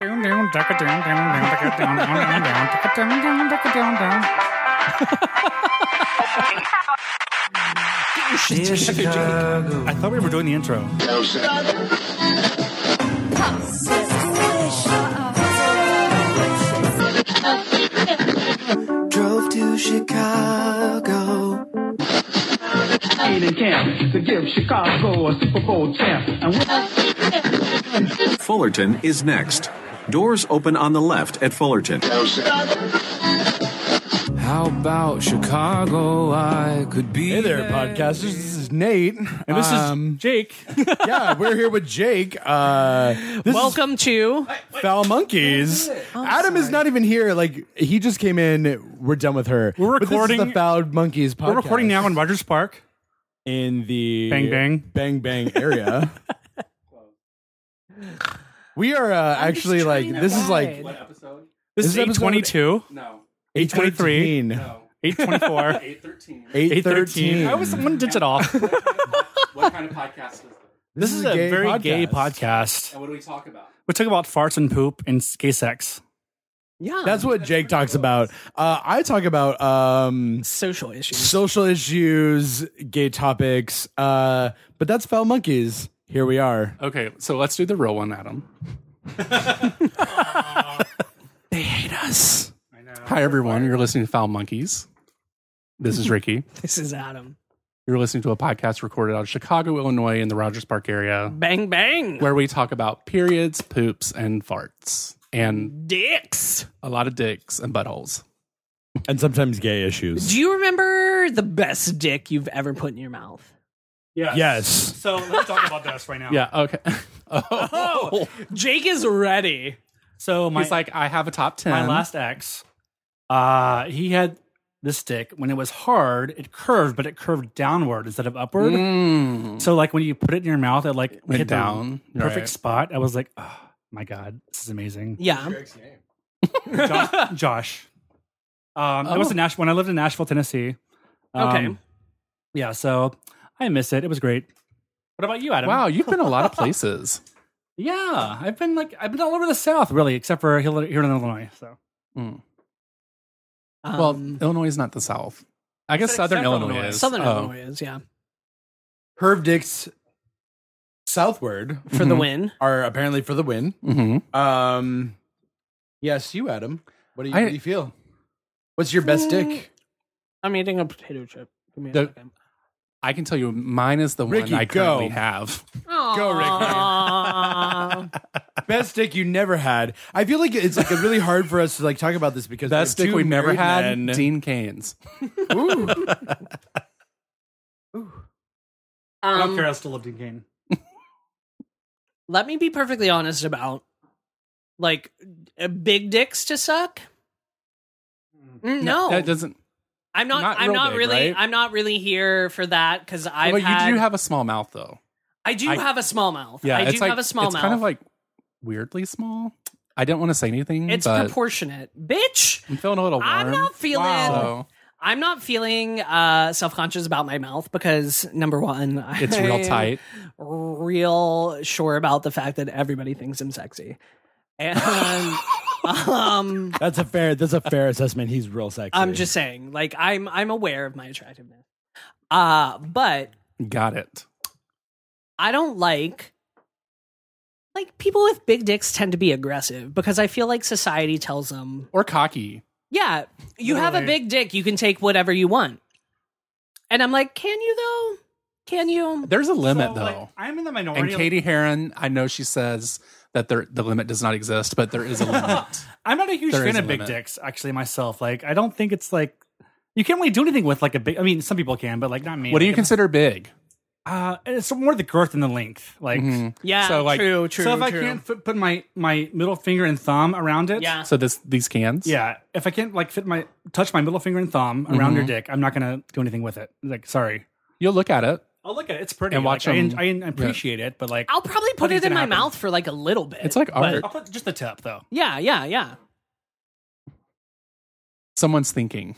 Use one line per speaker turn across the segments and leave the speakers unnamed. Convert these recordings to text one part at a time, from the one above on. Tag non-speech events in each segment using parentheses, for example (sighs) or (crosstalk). Down, down, duck it down, down, down, duck it down, down, down, down, duck it down, down, duck it down, down. Get your shit together, Jake. I thought we were doing the intro.
Drove to Chicago.
Ain't in camp to give Chicago a Super Bowl champ. And we
Fullerton is next. Doors open on the left at Fullerton.
How about Chicago? I could be.
Hey there, podcasters. This is Nate.
And this is
Um,
Jake.
yeah, we're here with Jake. Uh, this
Welcome to
is Foul Monkeys. Adam is not even here. Like he just came in. We're done with her.
We're
But this is
recording-
the Foul Monkeys podcast.
We're recording now in Rogers Park.
in the
Bang, bang.
bang bang
(laughs)
area. we are uh, actually like this is like
This,
This
is
is episode
822, (laughs) 823.
813.
824, 813. I was one digit off.
what kind of podcast is this?
This is a
gay
very gay podcast.
And what do we talk about?
We talk about farts and poop and gay sex.
yeah,
That's what Jake talks about. Uh, I talk about um,
(laughs)
(laughs)
social issues.
social issues, gay topics. Uh, but that's Foul Monkeys. Here we are.
Okay, so let's do the real one, (laughs) Adam.
They hate us.
Hi, everyone. You're listening to Foul Monkeys. This is Ricky.
This is Adam.
You're listening to a podcast recorded out of Chicago, Illinois, in the Rogers Park area,
Bang bang.
where we talk about periods, poops, and farts, and
Dicks.
a lot of dicks and buttholes.
And sometimes gay issues.
Do you remember the best dick you've ever put in your mouth?
Yes.
Yes.
So let's talk about this right now.
Yeah, okay. (laughs)
Oh, (laughs) Jake is ready.
So my
He's like, I have a top 10.
my last ex, uh, he had this stick. When it was hard, it curved, but it curved downward instead of upward.
Mm.
So like when you put it in your mouth, it like
Went
hit the
down.
perfect
Right.
spot. I was like, oh my god, this is amazing.
Yeah. (laughs)
Josh, Josh. Um, it was in Nashville when I lived in Nashville, Tennessee. Um,
Oh. Okay.
Yeah, so I miss it. It was great. What about you, Adam?
Wow, you've been a lot of places.
Yeah, I've been like I've been all over the South, really, except for here here in Illinois. So
Well,
Um,
Illinois is not the South. I guess
Except
Southern Illinois,
Illinois.
is.
Southern
Oh.
Illinois is yeah
Herb Dicks southward
for the win.
are apparently for the win.
Mhm.
Um, yes, you, Adam. What do you,
I-
what do you feel? What's your best
(laughs)
dick?
I'm eating a potato chip. Give me a
The-
second.
I can tell you mine is the
Ricky,
one I currently
go.
have.
Go, Rick.
Aw.
Best dick you never had. I feel like it's like really hard for us to like talk about this because
Best
we're
dick
two
we've never
married
had,
men.
Dean Cain's.
Ooh.
I don't
um,
care. I still lived in Kane.
let me be perfectly honest about like uh, big dicks to suck. Mm, No,
That doesn't.
I'm not.
Not
I'm
real
not
big,
really.
right?
I'm not really here for that because I've
Well,
had.
you do have a small mouth, though.
I do
I-
have a small mouth.
Yeah,
I do
it's like,
have a small
it's
mouth.
kind of like weirdly small. I didn't want to say anything.
it's
but
proportionate, bitch.
I'm feeling a little warm.
I'm not feeling.
So
I'm not feeling uh, self conscious about my mouth because number one,
it's
I
real
am
tight.
real sure about the fact that everybody thinks I'm sexy,
(laughs)
and um,
That's a fair. That's a fair assessment. He's real sexy.
I'm just saying, like I'm I'm aware of my attractiveness, uh, but
Got it.
I don't like like people with big dicks tend to be aggressive because I feel like society tells them,
Or cocky.
yeah, you have a
Literally.
big dick, you can take whatever you want. And I'm like, can you though? Can you?
There's a limit,
So,
though.
like, I'm in the minority.
and Katie Heron, I know she says that there, the limit does not exist, but there
(laughs)
is a limit.
I'm not a huge
There
fan
is
of
a
big
limit.
dicks, actually, myself. Like, I don't think it's like you can't really do anything with like a big. I mean, some people can, but like not me.
what do you
Like,
consider big?
Uh, it's more the girth than the length. Like,
Mhm.
Yeah,
So, like-
true, true.
so if I
true.
can't fit, put my my middle finger and thumb around it,
yeah,
So this these cans?
yeah. If I can't like fit my touch my middle finger and thumb around your dick, I'm not gonna do anything with it. Like, sorry.
You'll look at it.
I'll look at it. It's pretty.
And watch
like, I,
'em-
en- I en- appreciate it, but like,
I'll probably put
Nothing's
it in
gonna
my
happen.
mouth for like a little bit.
It's like art.
I'll put just the tip though.
yeah, yeah, yeah.
Someone's thinking.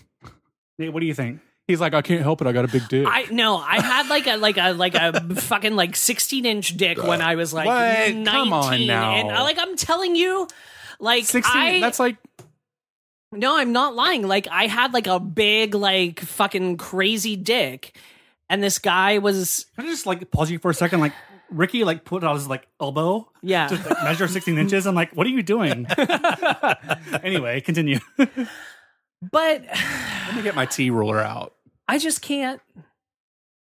Nate, What do you think?
He's like, I can't help it. I got a big dick.
I no, I had like a like a like
(laughs)
a fucking like sixteen inch dick when I was like
What?
nineteen.
Come on now.
And I, like I'm telling you, Like
Sixteen.
I,
that's like
No, I'm not lying. Like I had like a big like fucking crazy dick and this guy was
Can I just like pause you for a second? Like Ricky like put out his like elbow
yeah.
to like, measure
(laughs)
16 inches. I'm like, what are you doing? (laughs) anyway, continue.
But
let me get my T ruler out.
I just can't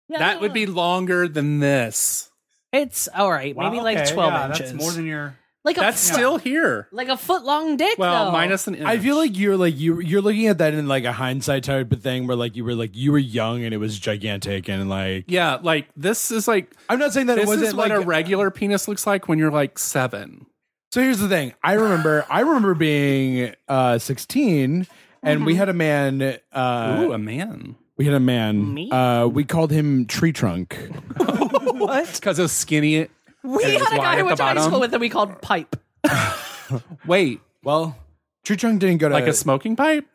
yeah,
that would be longer than this.
it's all right, maybe
Wow,
like
okay,
12
yeah,
inches.
That's more than your.
like a
That's
f-
still here.
like a foot long dick
Well,
though.
minus an inch.
I feel like you're like you you're looking at that in like a hindsight type of thing where like you were like you were young and it was gigantic and like
yeah, like this is like
I'm not saying that it
this
wasn't
is what
like
a regular penis looks like when you're like seven.
So here's the thing. I remember I remember being uh 16 and we had a man uh
Ooh, a man.
we had a man
Me?
uh we called him tree trunk.
What? Because of skinny.
we
it was
had a
wide
guy
at
who went
the
to high
bottom. Uh,
school with that we called pipe.
Wait,
Well, tree trunk didn't go to
like a smoking pipe?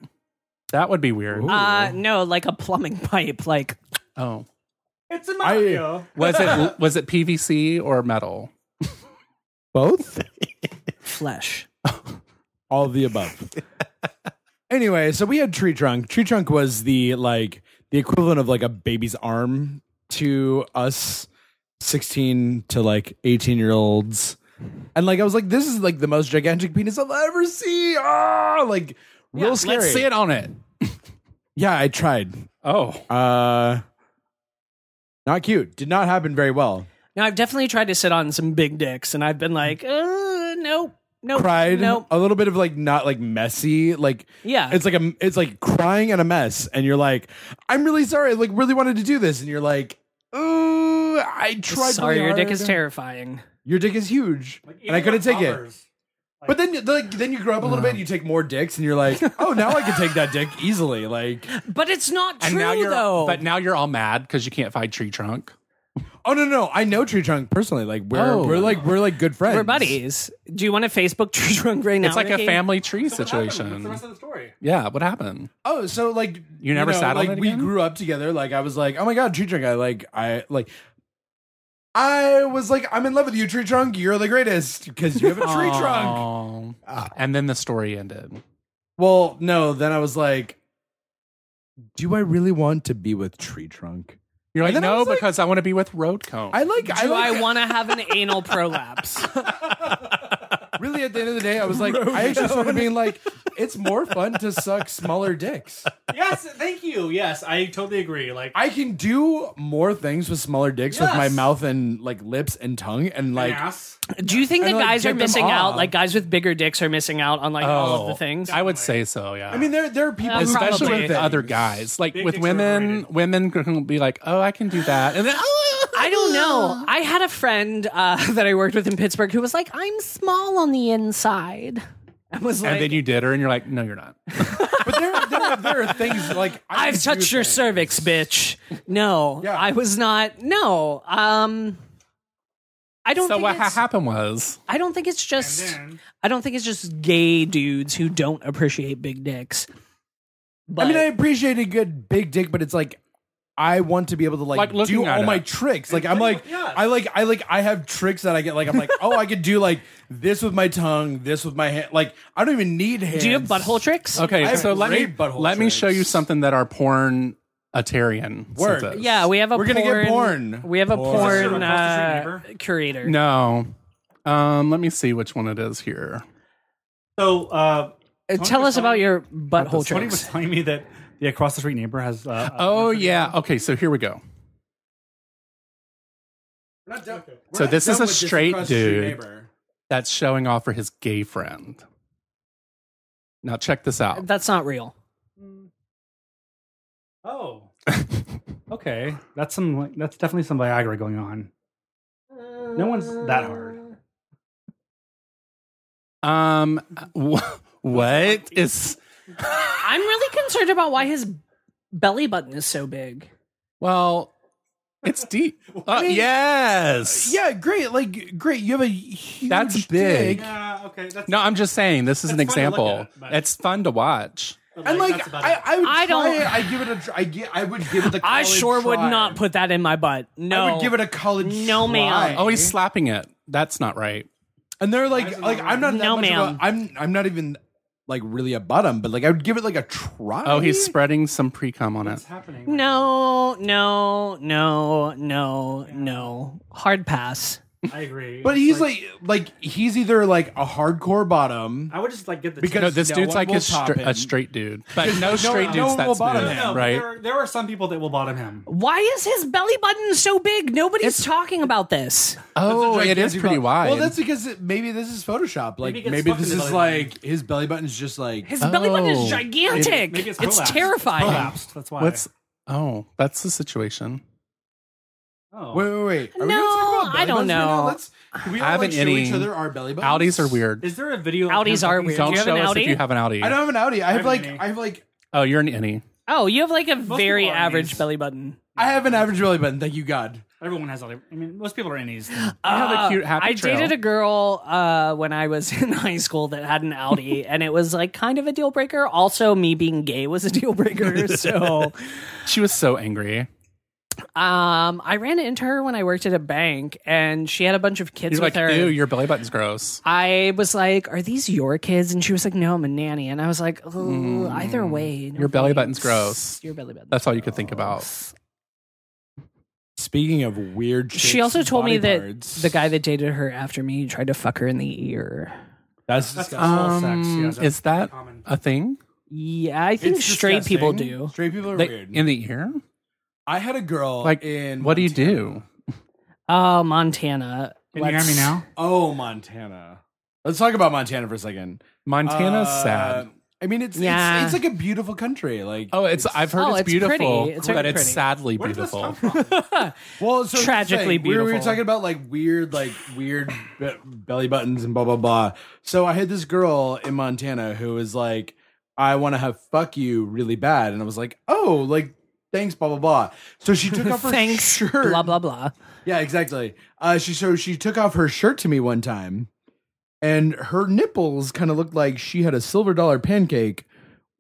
That would be weird.
Uh no, like a plumbing (laughs) pipe like
Oh,
It's a
Mario.
was it was it PVC or metal?
both
flesh.
all of the
(laughs)
above. anyway, so we had tree trunk. Tree trunk was the like the equivalent of like a baby's arm to us 16 to like 18 year olds. And like I was like, this is like the most gigantic penis I'll ever see. Ah, like real scary.
Let's see it on it.
Yeah, I tried.
Oh,
Uh not cute. Did not happen very well.
Now I've definitely tried to sit on some big dicks and I've been like, uh, nope, nope,
Cried.
nope.
A little bit of like not like messy. Like
Yeah.
It's like a it's like crying and a mess. And you're like, I'm really sorry. I like really wanted to do this. And you're like, Ooh, I
Oh,
tried.
Sorry,
really
your dick
hard.
is terrifying.
Your dick is huge. and I couldn't take it. But then, like, then you grow up a little bit, and you take more dicks, and you're like, "Oh, now I can take that dick easily." Like,
But it's not true
and now you're
though.
but now you're all mad because you can't find tree trunk.
oh no, no, I know Tree Trunk personally. Like, we're
Oh.
we're like we're like good friends.
we're buddies. Do you want to Facebook (laughs) True Drunk right now?
It's like a
Ricky?
family tree
What's the
situation.
rest of the story?
Yeah, what happened?
Oh, so like
You never sat on
like
it
we
again?
grew up together. Like I was like, oh my god, tree trunk. I like I like. I was like, I'm in love with you, tree trunk. You're the greatest because you have a tree trunk.
Ah.
Aw. And then the story ended.
Well, no. Then I was like, do I really want to be with tree trunk?
You're like,
then I
no,
was like-
because I want to be with road cone.
I like. I,
Do
like,
I want to have an anal
(laughs)
prolapse?
really at the end of the day, I was like, I actually started being like, it's more fun to suck smaller dicks.
yes, thank you. Yes, I totally agree. Like,
I can do more things with smaller dicks with my
Yes.
mouth and like lips and tongue and like.
ass.
Do you think that
And, like,
guys
get
are
them
missing out?
off.
Like guys with bigger dicks are missing out on like all of the things.
Oh. I would say so, yeah.
I mean, there there are people,
Uh,
who can do
especially
probably.
with
things.
other guys. Like
Big
with
dicks are
women,
overrated.
women can be like, "Oh, I can do that," and then
(laughs)
oh,
(laughs) I don't know. I had a friend uh, (laughs) that I worked with in Pittsburgh who was like, "I'm small on the inside." I was like,
and then you did her, and you're like, "No, you're not."
But there, there, are, there are things like I
(laughs) I've
can do
touched your
things.
cervix, bitch. No,
Yeah.
I was not. No, um, I don't.
So
think
what ha-
it's,
happened was,
I don't think it's just. I don't think it's just gay dudes who don't appreciate big dicks. But
I mean, I appreciate a good big dick, but it's like I want to be able to like,
Like looking
do
at
all
it.
my tricks. Like I'm like
Yeah.
I like I like I have tricks that I get. Like I'm like oh I could do like this with my tongue, this with my hand. Like I don't even need hands.
do you have butthole tricks?
I
okay,
have
so let me
great butthole
let me show you
tricks.
something that our porn atarian
Work.
sent us.
Yeah, we have a.
We're gonna get porn.
We have a
Porn. Is this
your
porn
across the street
uh,
neighbor?
curator.
No, um, let me see which one it is here.
So, uh,
Uh, Tell
was
us about
telling-
your butthole
Tony was
tricks.
telling me that the across the street neighbor has. Uh, a-
Oh yeah, okay, so here we go.
We're not done- we're
So
not
this
done
is a
with this
straight
across the street
dude.
neighbor.
That's showing off for his gay friend. Now check this out.
That's not real.
Oh. okay. That's some. like, That's definitely some Viagra going on. No one's that
Uh,
hard.
Um, wh- what is?
I'm really concerned about why his belly button is so big.
Well, it's deep. Uh, yes.
Yeah, great. Like great. You have a huge
That's
dick.
big.
Yeah. Okay. That's
No, I'm just saying this is an
That's fun to look
example.
at, but-
it's fun to watch.
And like I, I would try
I don't-
it. I give it a. tr- I get. I would give it the.
(laughs) I
college
sure would
try.
not put that in my butt. No,
I would give it a college.
No, ma'am.
try.
Oh, he's slapping it. That's not right.
Oh, And they're like, like I'm not that
No,
much of a-
ma'am.
I'm I'm not even like really a bottom, but like I would give it like a try.
Oh, he's spreading some pre cum on it.
What's happening?
No, no, no, no, no. Hard pass.
I agree.
but
It's
he's like, like he's either like a hardcore bottom.
I would just like get the
Because-
No,
tips.
this
No,
dude's
what
like
will
a,
top
str-
him?
a straight dude, but no straight
no
dude's
one
that
will
smooth,
bother him,
No, but
right?
There, there are some people that will bottom him.
Why is his belly button so big? Nobody's talking about this.
Oh,
That's a
it is
gigantic
pretty
bottom.
wide.
Well, that's because it, maybe this is Photoshop. Like
Maybe it
maybe,
gets stuck
this
in the
is
belly
like his belly button's just like
His belly button
Oh.
is gigantic.
Maybe it's,
it's
prolapsed.
terrifying.
Prolapsed. That's why.
what's. Oh, that's the situation.
Oh.
Wait, wait, wait. Are we
No,
gonna talk about
I
belly
don't
buttons right now?
know.
Let's, can we all,
I haven't
like, show
any-
each other our belly buttons?
Outies are weird.
Is there a video? of
Outies
him
are
fucking-
weird.
Don't
Do you have
show
an
us if
outie?
you have an outie.
I don't have an Audi. I
I
have
have
like
an innie.
I have like
Oh, you're an innie.
Oh, you have like a
people
very
are
average
these.
belly button.
I have an average belly button. Thank you, God.
Everyone has all. I mean, most people are in these. (gasps)
I have a
Uh,
cute happy
I
trail.
dated a girl uh, when I was (laughs) in high school that had an Audi, (laughs) and it was like kind of a deal breaker. Also, me being gay was a deal (laughs) breaker, so
She was so angry.
um, I ran into her when I worked at a bank, and she had a bunch of kids
You're
with
like,
her.
ew, your belly button's gross.
I was like, "Are these your kids?" And she was like, "No, I'm a nanny." And I was like, "Ugh, "Either way, no
Mm. Your belly
thanks.
button's gross.
Your belly button."
That's all you could think about.
Speaking of weird,
She also told me that the guy that dated her after me tried to fuck her in the ear.
that's
That's
disgusting.
all sex.
Um,
Yeah, that's
is that
common.
a thing
Yeah, I think straight people do.
Straight people are
They-
weird.
in the ear?
I had a girl
Like,
in
what do you
Montana.
do?
Oh, Montana.
Can you hear me
Let's- (laughs)
now?
Oh, Montana. Let's talk about Montana for a second.
Montana's
Uh,
sad.
I mean, it's,
Yeah.
it's it's like a beautiful country. Like
Oh, it's, I've heard
Oh,
it's,
it's
beautiful,
pretty. It's
but
very
it's
pretty.
sadly
Where did this
beautiful.
come from?
well, so here's the
Tragically
thing. We were- We were
beautiful.
talking about like weird, like weird be- belly buttons and blah blah blah. So I had this girl in Montana who was like, "I want to have fuck you really bad," and I was like, "Oh, like thanks, blah blah blah." So she
(laughs)
took off her
Thanks.
shirt.
Blah blah blah.
Yeah, exactly. Uh, she so she took off her shirt to me one time, and her nipples kind of looked like she had a silver dollar pancake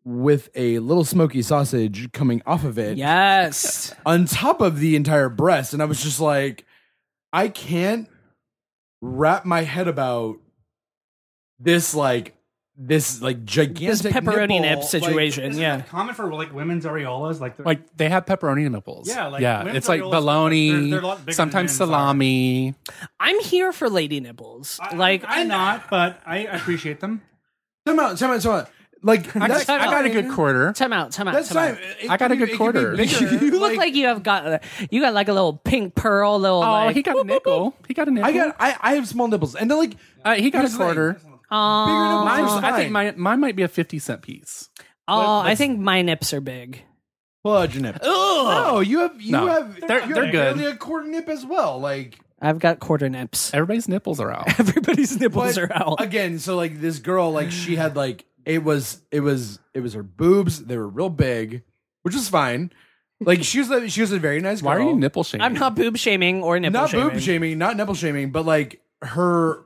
with a little smoky sausage coming off of it
(laughs)
Yes.
on top of the entire breast, and I was just like, I can't wrap my head about this like this like
This
gigantic
pepperoni
nipple,
nip
like-
situation.
Isn't
yeah.
that common for like women's areolas, like they're-
Like they have pepperoni nipples.
Yeah, like,
yeah.
women's
It's like
areolas are like-
bologna,
they're- they're a lot bigger than
sometimes
men's are.
salami.
I'm here for lady nipples.
I-
like
I'm not, but I appreciate them.
Time out, time out, time out. Like
(laughs)
that's,
just-
I got a good quarter.
time out, time out.
that's
time out.
time. It
I got
can
a
be-
good
it can be
quarter.
bigger,
You
You look like you have got you got like a little pink pearl, little
Oh,
like
he got a nickel. He got a nickel.
I got I, I have small nipples and they're like
Uh, he got
Here's
a
the thing.
quarter.
Aw.
bigger nipples.
Mine's,
are
I
fine.
think mine, mine might be a 50 cent piece.
Oh, I
let's-
think my nips are big.
pull out your nip. No, you have you
No.
have
They're-
you
they're
have
good.
barely a quarter nip as well. Like
I've got quarter nips.
Everybody's nipples are
(laughs)
out.
Everybody's nipples
but
are out.
again. So like this girl, like she had like it was it was it was her boobs. They were real big, which is fine. Like she was a, she was a very nice. Girl.
Why are you nipple shaming?
I'm not boob shaming or nipple
not
shaming.
boob shaming, not nipple shaming, but like her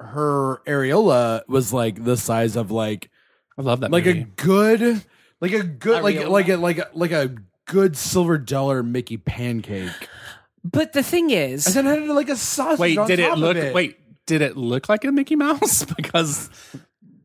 her areola was like the size of like
I love that.
like a
movie.
good like a good like
Areola.
like a like a, like a good silver dollar Mickey pancake.
But the thing is,
And then I had like a sausage.
Wait,
on
did
top
it
of
look? Wait, did it look like a Mickey Mouse? (laughs) because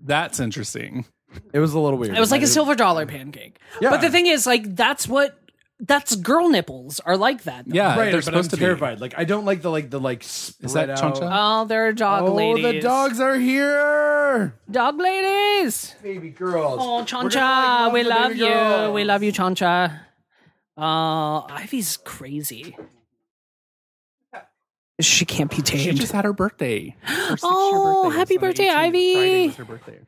that's interesting.
it was a little weird.
It was like
I
a
didn't-
silver dollar pancake.
Yeah.
But the thing is, like, that's what that's girl nipples are like that. though.
Yeah,
Right, but
they're
I'm
supposed to
terrified. Like I don't like the like the like.
be. Is that
spread out-
chuncha?
Oh, they're dog
Oh,
ladies.
the dogs are here,
Dog ladies.
baby girls.
Oh,
We're gonna,
Chancha,
like,
we
the
love
baby
you.
girls.
We love you, Chancha. Uh, Ivy's crazy. She can't be
She
tamed.
just had her birthday. Her
Oh, happy birthday, Ivy.
her birthday.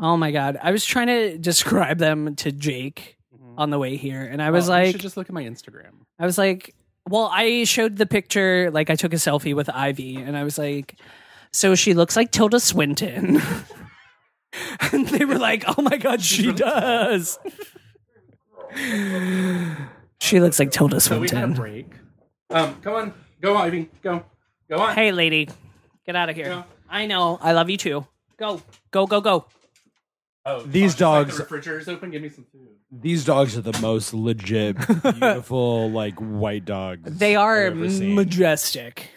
oh my god, I was trying to (laughs) describe them to Jake on the way here, and I was
Mm-hmm. Oh, you
like,
should just look at my Instagram.
I was like, well, I showed the picture, like I took a selfie with Ivy, and I was like, so she looks like Tilda Swinton. (laughs) and they were like, oh my God, she does. she looks like Tilda Swinton.
break. Um, come on, go Ivy, go, go on.
Hey, lady, get out of here. I know. I love you too. Go, go, go, go.
Oh,
These dogs-
refrigerator's open. Give me some food.
These dogs are the most (laughs) legit, beautiful, like white dogs.
They
I've
are
ever seen.
majestic.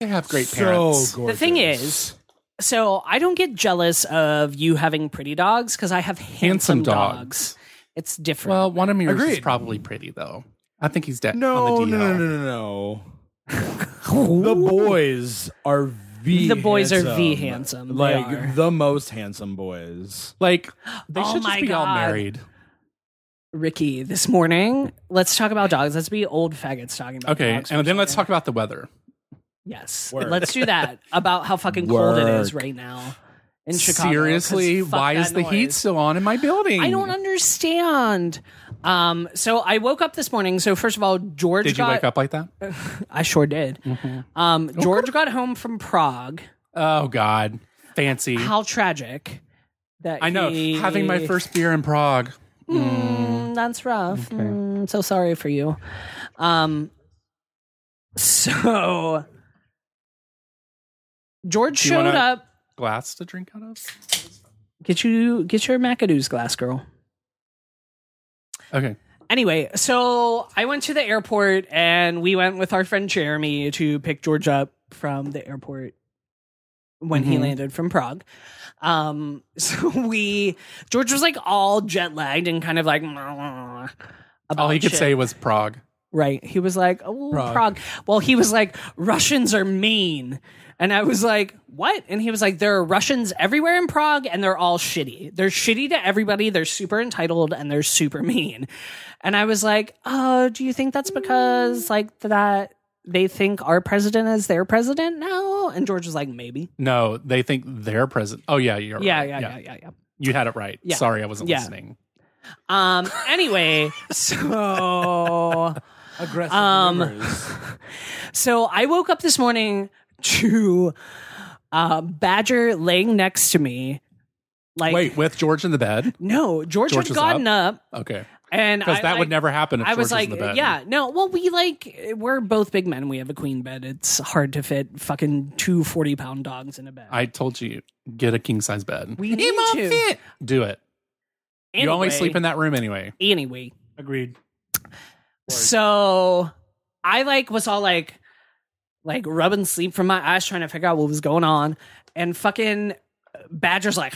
They have great
So
parents.
gorgeous.
The thing is, so I don't get jealous of you having pretty dogs because I have handsome,
Handsome
dogs.
dogs.
It's different.
well, one of yours is
Agreed.
probably pretty though. I think he's dead.
no,
on the
no, no,
DL.
no, no,
(laughs)
no. the boys are v.
The boys are
handsome.
V handsome. They
Like
are.
the most handsome (laughs) boys.
Like they
Oh
should
my
just be all
God.
married.
Ricky, this morning, let's talk about dogs. Let's be old faggots talking about
Okay,
dogs. for a
and then let's
second.
talk about the weather.
Yes,
Work.
let's do
(laughs)
that about how fucking cold it is
Work.
right now in Chicago. 'cause
Seriously,
fuck
why
that
is the heat
noise.
still on in my building?
I don't understand. Um, so I woke up this morning. So first of all, George
Did you
got
wake up Mm-hmm. Oh, like that?
I sure did. Um, George got home from Prague.
Oh God, fancy.
How tragic that
I know.
he-
Having my first beer in Prague.
Mm, that's rough. Mm, so sorry for you. Um, so George
Do you
showed
wanna-
up.
Glass to drink out of.
Get you get your McAdoo's glass, girl.
Okay.
Anyway, so I went to the airport and we went with our friend Jeremy to pick George up from the airport when he
Mhm.
landed from Prague. Um, (laughs) so we George was like all jet lagged and kind of like (laughs) about
All he could
shit.
say was Prague.
Right. He was like, oh, Prague.
Prague.
Well, he was like, Russians are mean. And I was like, what? And he was like, there are Russians everywhere in Prague and they're all shitty. They're shitty to everybody. They're super entitled and they're super mean. And I was like, oh, do you think that's because like that they think our president is their president now? And George was like, maybe.
No, they think they're present. Oh yeah, you're
Yeah,
right.
yeah, yeah, yeah, yeah.
You had it right.
Yeah.
Sorry, I wasn't
Yeah.
listening.
Um, anyway, (laughs) so
Aggressive
Um,
neighbors.
So I woke up this morning to uh, Badger laying next to me. Like,
Wait, with George in the bed?
no, George,
George
had
was
gotten up,
Okay.
and
Because
I,
that
like-
would never happen if
I
George
was like,
in the bed.
yeah, no. Well, we like we're both big men. We have a queen bed. It's hard to fit fucking two 40 pound dogs in a bed.
I told you, get a king size bed.
We need to.
Do it. You only
Anyway-
sleep in that room anyway.
anyway.
Agreed.
So I like was all like like rubbing sleep from my eyes trying to figure out what was going on and fucking Badger's like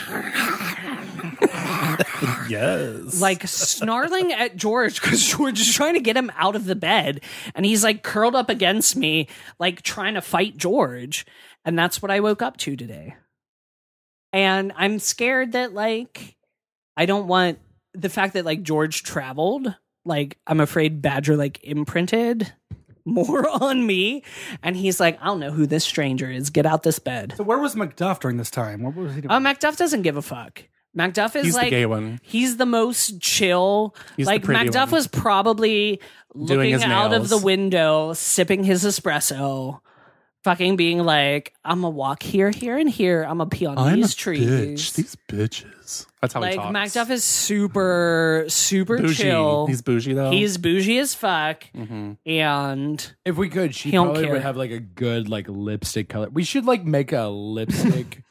Yes.
like snarling at George cuz George is trying to get him out of the bed and he's like curled up against me like trying to fight George and that's what I woke up to today. And I'm scared that like I don't want the fact that like George traveled, like I'm afraid Badger like imprinted (laughs) more on me. And he's like, I don't know who this stranger is. Get out this bed.
So where was McDuff during this time? What was he doing?
Oh, MacDuff doesn't give a fuck. MacDuff is
He's the
like
gay one.
he's the most chill.
He's the
like
pretty
MacDuff
one.
was probably
Doing
looking
his
out of
nails.
the window, sipping his espresso, fucking being like, "I'm a walk here, here, and here. I'm a pee on these trees."
These bitches. That's how
like
he talks.
MacDuff is super, super
bougie.
chill.
He's bougie though.
He's bougie as fuck,
Mhm.
and
If we could, she
He don't
probably
care.
would have like a good like lipstick color. We should like make a
(laughs)
lipstick.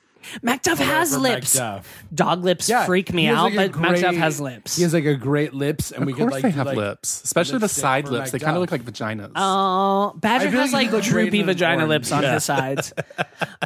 MacDuff has
for
lips.
MacDuff.
Dog lips
Yeah,
freak me
he has,
out,
like, a
but MacDuff
great-
has lips.
He has like a great lips, and
of
we
course
could like
they
do,
have
like-
lips, especially the
lipstick
side
for
lips. They kind
MacDuff.
of look like vaginas.
Oh, Badger
I feel
has
like
like
he'd look great
droopy
in an
vagina
orange.
lips on the sides.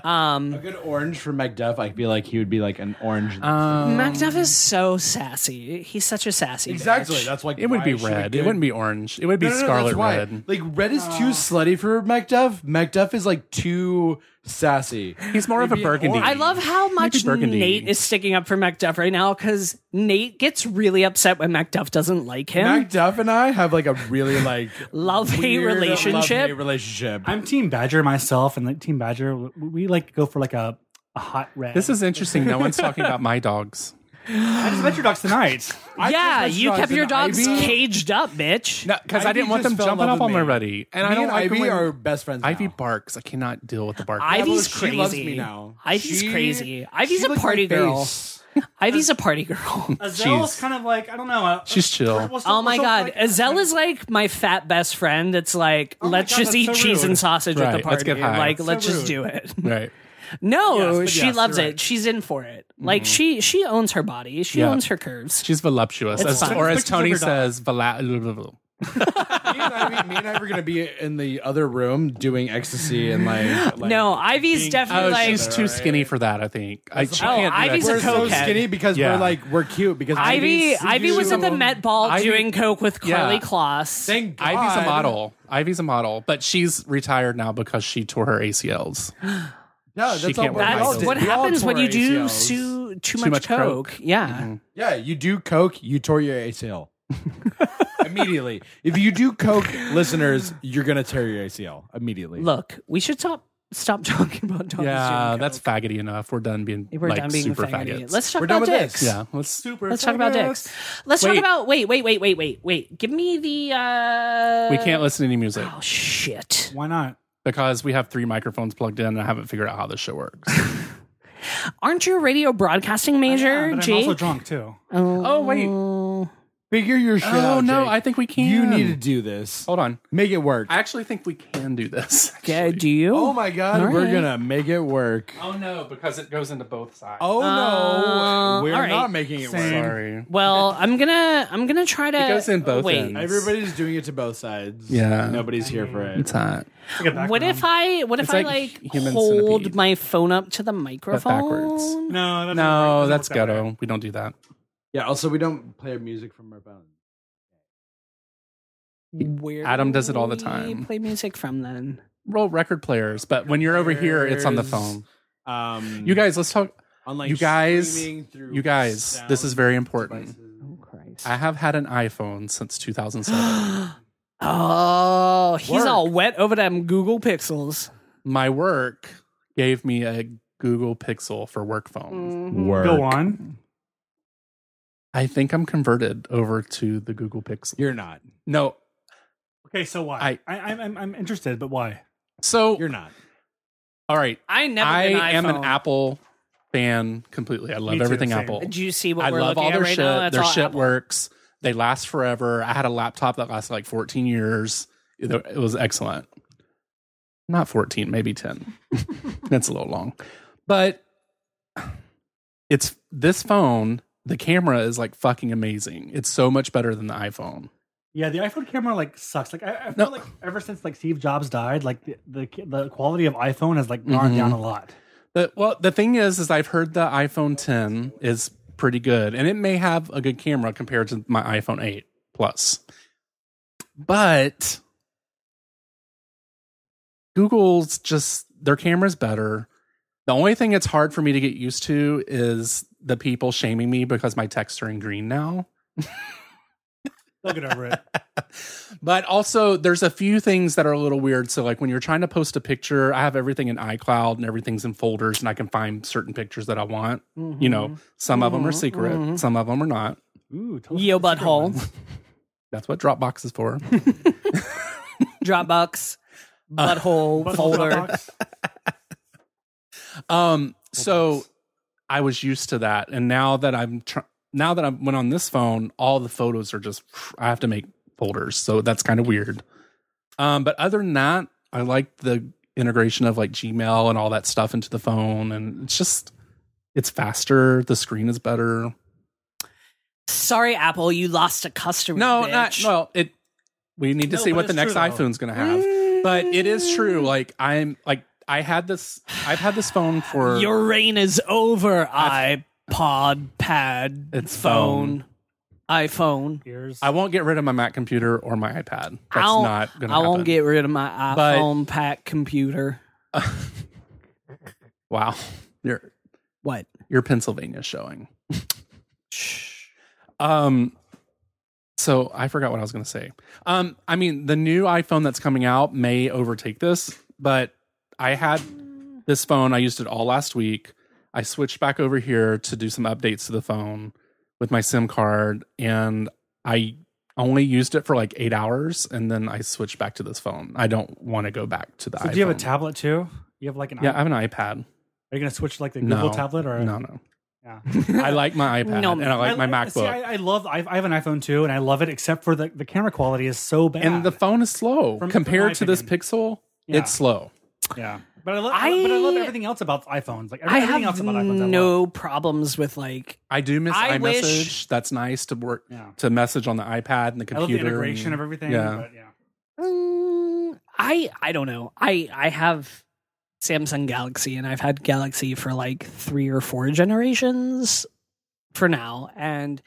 A good orange for MacDuff. I feel like he would be like an orange.
Um,
MacDuff is so sassy. He's such a sassy.
exactly.
bitch.
That's like
it would
why
be
I should have
red. It
given-
wouldn't be orange. It would be
No, no, no,
scarlet
that's why.
red.
Like red is too slutty for MacDuff. MacDuff is like too
(laughs)
sassy.
He's more of a
Maybe an
burgundy.
orange.
I love how much
burgundy.
Nate is sticking up for MacDuff right now because Nate gets really upset when MacDuff doesn't like him.
MacDuff and I have like a really like
Love-hate
weird
relationship.
love-hate relationship.
I'm Team Badger myself, and like Team Badger, w- we like to go for like a, a hot red.
This is interesting. No one's talking about
(laughs)
my dogs.
I just met your dogs tonight.
(laughs)
yeah,
Christmas
you
dogs
kept your
and
dogs
Ivy-
caged up, bitch.
Because I
Ivy
didn't want
just
them
fell in
jumping
love
up on
with me.
me already. And I
Me
don't
and
like
Ivy
when
are best friends.
Ivy
now.
barks. I cannot deal with the bark.
Ivy's
she
crazy.
loves me now.
Ivy's
She-
crazy.
she
Ivy's a
licked my
party girl.
face.
Ivy's a party girl.
Azelle's
Jeez.
kind of like I don't know. uh,
She's chill.
we're still-
Oh
we're
my
still,
god,
like-
Azelle is like my fat best friend. That's like,
my
let's
God,
just
that's
eat
so
cheese
rude.
and sausage at the
Right,
party.
let's get high.
Like,
That's
let's
so rude.
just do
(laughs)
it.
Right.
No,
Yes, but
she
yes,
loves
you're
it.
right.
She's in for it. Like she she owns her body. She
Yeah.
owns her curves.
She's voluptuous.
It's
As,
fine.
or as
Pictures of
Tony
her dog.
says, vola-
me, and I, me and I were gonna be in the other room doing ecstasy and
(laughs)
like, like-
no, Ivy's definitely
Oh,
like
she's too skinny for that. I think. I, she
problem.
can't do that.
Ivy's a
we're so
cokehead.
skinny because
Yeah.
we're like we're cute because
Ivy.
Ivy's-
Ivy was at the Met Ball
Ivy-
doing coke with Carly
Yeah.
Kloss.
Thank God.
Ivy's a model. Ivy's a model, but she's retired now because she tore her ACLs. (laughs)
No, that's
She
all
can't
we
wear
all
heels.
That's
did.
what
We all
happens when
tore
you do
ACLs.
too, too, much,
much
coke.
coke.
Yeah.
Yeah, you do coke, you tore your
(laughs)
ACL. immediately. If you do coke, listeners, you're going to tear your ACL immediately.
Look, we should stop stop (laughs) talking about dogs.
Yeah,
doing
that's
coke.
faggoty enough. We're done being
We're
like
done being
super
faggoty.
faggots.
Let's talk
We're done
about
with
dicks.
this.
yeah, let's super.
Let's talk about dicks. Let's talk
Wait.
about wait, wait, wait, wait, wait, wait. Give me the uh
We can't listen to any music
Oh shit.
Why not?
because we have three microphones plugged in, and I haven't figured out how this show works.
Aren't you a radio broadcasting major,
Yeah, but I'm
Jake?
also drunk too.
oh wait.
Figure your shit
Oh
out.
no,
Jake.
I think we can.
you need to do this.
hold on.
Make it work.
I actually think we can do this.
Yeah,
actually.
do you?
oh my god,
All
we're
right.
going to make it work.
(laughs) Oh no, because it goes into both sides.
Oh
Uh,
no. We're
all right.
not making it
Same.
work.
sorry.
Well, I'm gonna I'm gonna try to
It goes in both
wait.
ends.
Everybody's doing it to both sides.
Yeah.
Nobody's here for it.
It's hot.
Forget that
What
crap.
if I what if
It's
I
like
like
human
hold
centipede.
my phone up to the microphone?
backwards.
No, that doesn't work-
No,
doesn't
that's
work that way.
ghetto. We don't do that.
Yeah, also we don't play music from our phone.
Where
Adam does it all the
do we
time.
Play music from then.
Roll record players, but when you're over here, it's on the phone.
Um
You guys, let's talk.
unlike
you guys-
streaming through
You guys, this is
sound
very important.
devices.
Oh Christ.
I have had an iPhone
(gasps)
since 2007.
Oh, he's
Work.
all wet over them Google Pixels.
My work gave me a Google Pixel for work phone.
Mm.
Work.
Go on.
I think I'm converted over to the Google Pixel.
You're not.
No,
Okay, so why?
I-
I, I'm, I'm I'm interested, but why?
so
You're not.
all right.
I never.
I
did
am an
iPhone.
Apple fan completely. I love
Me too,
everything
same.
Apple.
Do you see what
I
we're
love
looking
all
at
their
right
shit.
now? That's
their
all
shit
Apple.
works. They last forever. I had a laptop that lasted like 14 years. It it was excellent. Not 14, maybe 10. (laughs) That's a little long. But it's this phone, the camera is like fucking amazing. It's so much better than the iPhone.
Yeah, the iPhone camera like sucks. Like I, I feel
No.
like ever since like Steve Jobs died, like the the, the quality of iPhone has like gone
Mhm.
down a lot.
But well, the thing is, is I've heard the iPhone 10 is pretty good, and it may have a good camera compared to my iPhone 8 Plus. But Google's just their camera's better. The only thing it's hard for me to get used to is the people shaming me because my texts are in green now.
They'll get
(laughs)
over it.
But also, there's a few things that are a little weird. So, like when you're trying to post a picture, I have everything in iCloud and everything's in folders, and I can find certain pictures that I want. You know, some of them are secret, some of them are not.
Ooh, tell us
Yo,
the secret
butthole.
(laughs)
ones.
That's what Dropbox is for.
Dropbox,
Uh,
butthole,
Butthole
folder.
Dropbox.
um, so I was used to that, and now that I'm tr- now that I went on this phone, all the photos are just I have to make folders, so that's kind of weird. Um, but other than that, I like the integration of like Gmail and all that stuff into the phone, and it's just it's faster. The screen is better.
Sorry, Apple, you lost a customer.
No, not
bitch.
well. It. We need to
No,
see
but
what the
it's
next
true, though.
iPhone's going to have, but it is true. Like I'm like I had this. I've had this phone for
Your reign is over. iPod, pad,
It's
phone, iPhone.
Here's-
I won't get rid of my Mac computer or my iPad. That's
I won't-
not going to
I
happen.
won't get rid of my
But-
iPhone, pack, computer.
Wow, your
What?
your Pennsylvania showing. (laughs) um, so I forgot what I was going to say. Um, I mean, the new iPhone that's coming out may overtake this, but I had this phone. I used it all last week. I switched back over here to do some updates to the phone with my SIM card, and I only used it for like eight hours, and then I switched back to this phone. I don't want to go back to the.
So do you have a
iPhone.
tablet too? You have like an
Yeah,
iPad?
I have an iPad.
Are you gonna switch like the Google
No.
tablet or
No, no.
Yeah.
(laughs) I like my iPad
No.
and I like my MacBook.
See, I, I love. I, I have an iPhone too, and I love it, except for the the camera quality is so bad.
and the phone is slow
From-
compared
from my
to this
opinion.
Pixel.
Yeah.
It's slow.
yeah, But I love,
I-
but I love everything else about iPhones. Like
I
everything else
have
about iPhones. I love.
no problems with like
I do miss
I
iMessage.
wish-
That's nice to work
Yeah.
to message on the iPad and the
I
computer.
love the integration
and-
of everything.
Yeah.
But yeah.
Mm, I I don't know. I I have Samsung Galaxy and I've had Galaxy for like 3 or 4 generations for now and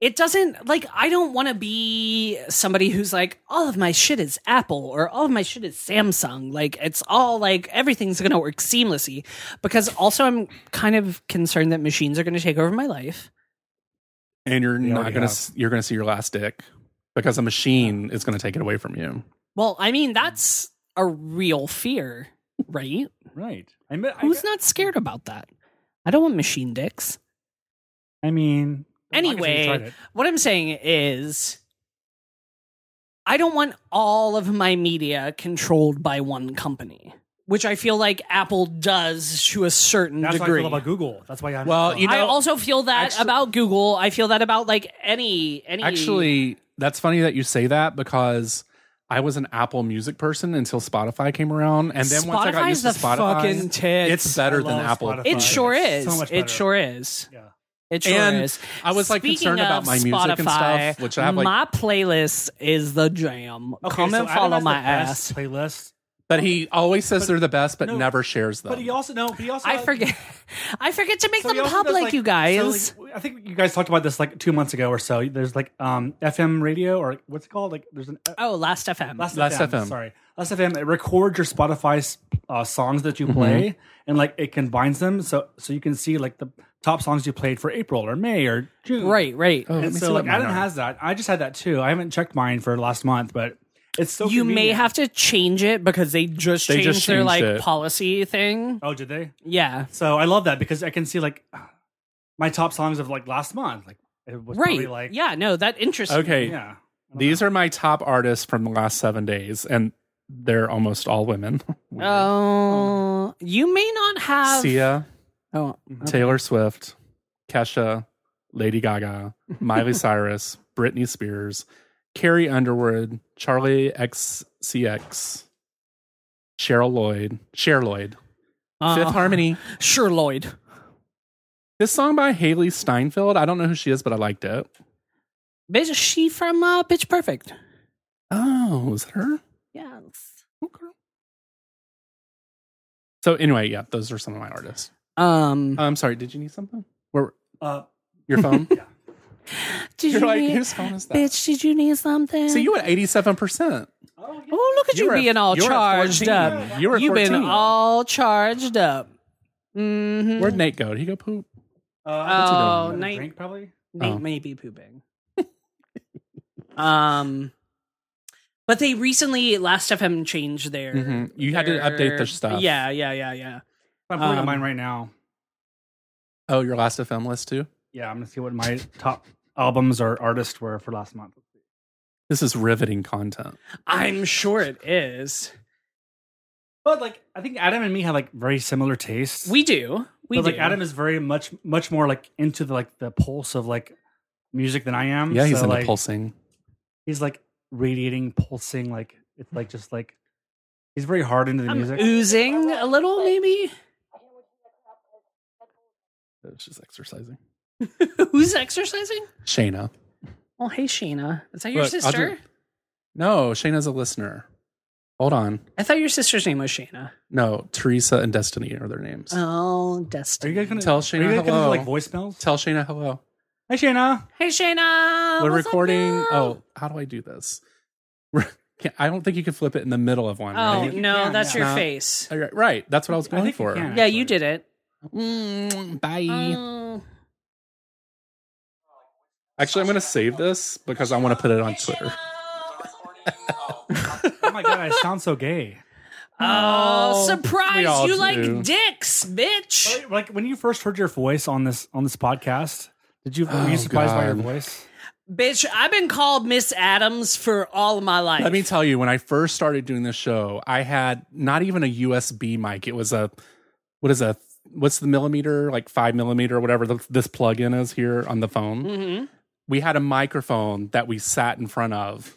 it doesn't like I don't want to be somebody who's like all of my shit is Apple or all of my shit is Samsung. Like it's all like everything's going to work seamlessly because also I'm kind of concerned that machines are going to take over my life.
and you're
They
not
already
gonna
have.
s- you're gonna see your last dick because a machine is gonna take it away from you.
Well, I mean that's a real fear, right?
Right. I mean, I, Hmm.
Who's not scared about that? I don't want machine dicks.
I mean. like I said, you
Anyway,
tried it.
What I'm saying is, I don't want all of my media controlled by one company, which I feel like Apple does to a certain
that's
degree.
what I feel about Google. That's why I'm.
Well, you know-
I also feel that
actu-
about Google. I feel that about like any any.
Actually, that's funny that you say that because I was an Apple Music person until Spotify came around, and then once I got
Spotify's
used to
the
Spotify,
fucking tits.
it's better
I
than
love
Apple.
Spotify.
it sure
uh, It's
is.
so much
it
better.
sure is.
Yeah.
It sure
And
is.
I was, like,
Speaking
concerned about
of
my music and
Spotify,
stuff, which I have, like-
my playlist is the jam.
Okay,
Come
so
and
Adam
follow
has the
my
best
ass.
playlist.
But he always says they're the best, but
no,
never shares them.
But he also no. But he also
I forget. (laughs) I forget to make
so he
them
also does,
public,
like-
you
so,
guys.
like, I think you guys talked about this like two months ago or so. There's like um FM radio or what's it called? Like there's an uh,
oh, Last FM.
Last,
Last
FM,
FM.
Sorry, Last FM. It records your Spotify uh, songs that
Mm-hmm.
you play, and like it combines them, so so you can see like the top songs you played for April or May or June.
right, right.
Oh, let
And
me
so
see what
like
mine
Adam
are.
has that. I just had that too. I haven't checked mine for last month, but it's so.
you may
convenient.
have to change it because they just
They
changed
just
their
changed
like
it.
policy thing.
Oh, did they?
Yeah.
So I love that because I can see like my top songs of like last month. Like it was probably
Right.
like
yeah. No, that interests. me.
okay,
yeah.
these are my top artists from the last seven days, and they're almost all (laughs) women. Weird.
Oh, you may not have.
Sia,
Oh,
Taylor Swift, Kesha, Lady Gaga, Miley
(laughs)
Cyrus, Britney Spears, Carrie Underwood, Charlie XCX, Cheryl Lloyd, Cher Lloyd,
uh,
Fifth Harmony.
Sure, Lloyd.
This song by Haley Steinfeld. I don't know who she is, but I liked it.
Bitch, is she from uh, Pitch Perfect?
Oh, is it her?
Yes.
Okay. So anyway, yeah, those are some of my artists.
Um.
I'm sorry. Did you need something? Where
Mm. Uh, (laughs)
your phone?
did
You're
you
like,
need-
whose phone is that?
Bitch, did you need something?
So you went 87. percent
Oh, look at
You
you,
were-
being all
you were
charged
14.
up.
You were
have been
14.
all charged up. Mm-hmm.
Where'd Nate go? Did he go poop?
uh,
Oh,
another
night-
drink probably.
Nate
Oh.
may be pooping. (laughs) um, but they recently Last FM changed their.
Mm-hmm.
Mhm. You had to update their stuff.
Yeah, yeah, yeah, yeah.
I'm pulling up
Um,
mine right now.
Oh, your last FM list too.
Yeah, I'm gonna see what my top albums or artists were for last month.
This is riveting content.
I'm sure it is.
But like, I think Adam and me have like very similar tastes.
We do. We
but,
do.
like Adam is very much much more like into the like the pulse of like music than I am.
Yeah, he's
Mm, So,
in into
like,
pulsing.
He's like radiating, pulsing. Like it's like just like he's very hard into the
I'm
music.
oozing a little, maybe. (laughs)
She's exercising.
Who's exercising?
Shayna.
Oh, hey, Sheena. Is that your
Look, I'll
sister?
do- No, Shayna's a listener. Hold on.
I thought your sister's name was Sheena.
No, Teresa and Destiny are their names.
Oh,
Are
Destiny.
you guys gonna Are
Tell
you
Shayna
guys gonna do
hello.
like voicemails?
Tell Shayna hello.
Hey Shayna.
Hey, Shayna.
We're
what's up,
recording.
girl?
Oh, how do I do this? We're- can't- I don't think you can flip it in the middle of one.
Oh,
Right?
no,
can,
that's
yeah.
your
No.
face.
All right, right. That's what I was
I
going
think you
for.
can.
Yeah, you did it.
Mm, bye.
Oh.
Mm.
Actually, I'm going to save this because I want to put it on Twitter.
Oh my god, I sound so gay.
Oh,
(laughs) we all
surprise! You
do.
like dicks, bitch.
Like- Like when you first heard your voice on this on this podcast, did you were
Oh,
you surprised by your
God.
voice?
Bitch, I've been called Miss Adams for all of my life.
Let me tell you, when I first started doing this show, I had not even a USB mic. It was a what is a what's the millimeter like five millimeter whatever the, this plug-in is here on the phone.
Mhm.
We had a microphone that we sat in front of,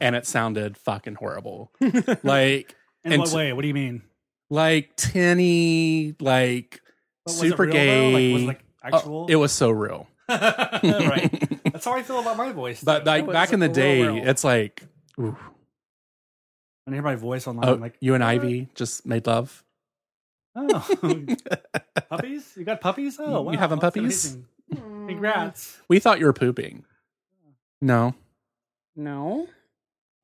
and it sounded fucking horrible. like
In
And
what
t-
way? What do you mean?
like tinny, like
But was it
super
real,
gay.
though? Like, was it, like
Oh,
actual?
it was so real.
(laughs) right. That's how I feel about my voice.
(laughs) But
too.
like
When
back in the
real
day,
world.
it's like, ooh,
I hear my voice online,
oh,
I'm like
you and Ivy just made love.
(laughs)
(laughs)
oh, puppies. You got puppies? Oh, wow.
You having
That's
puppies?
amazing. Congrats,
We thought you were pooping. No.
No.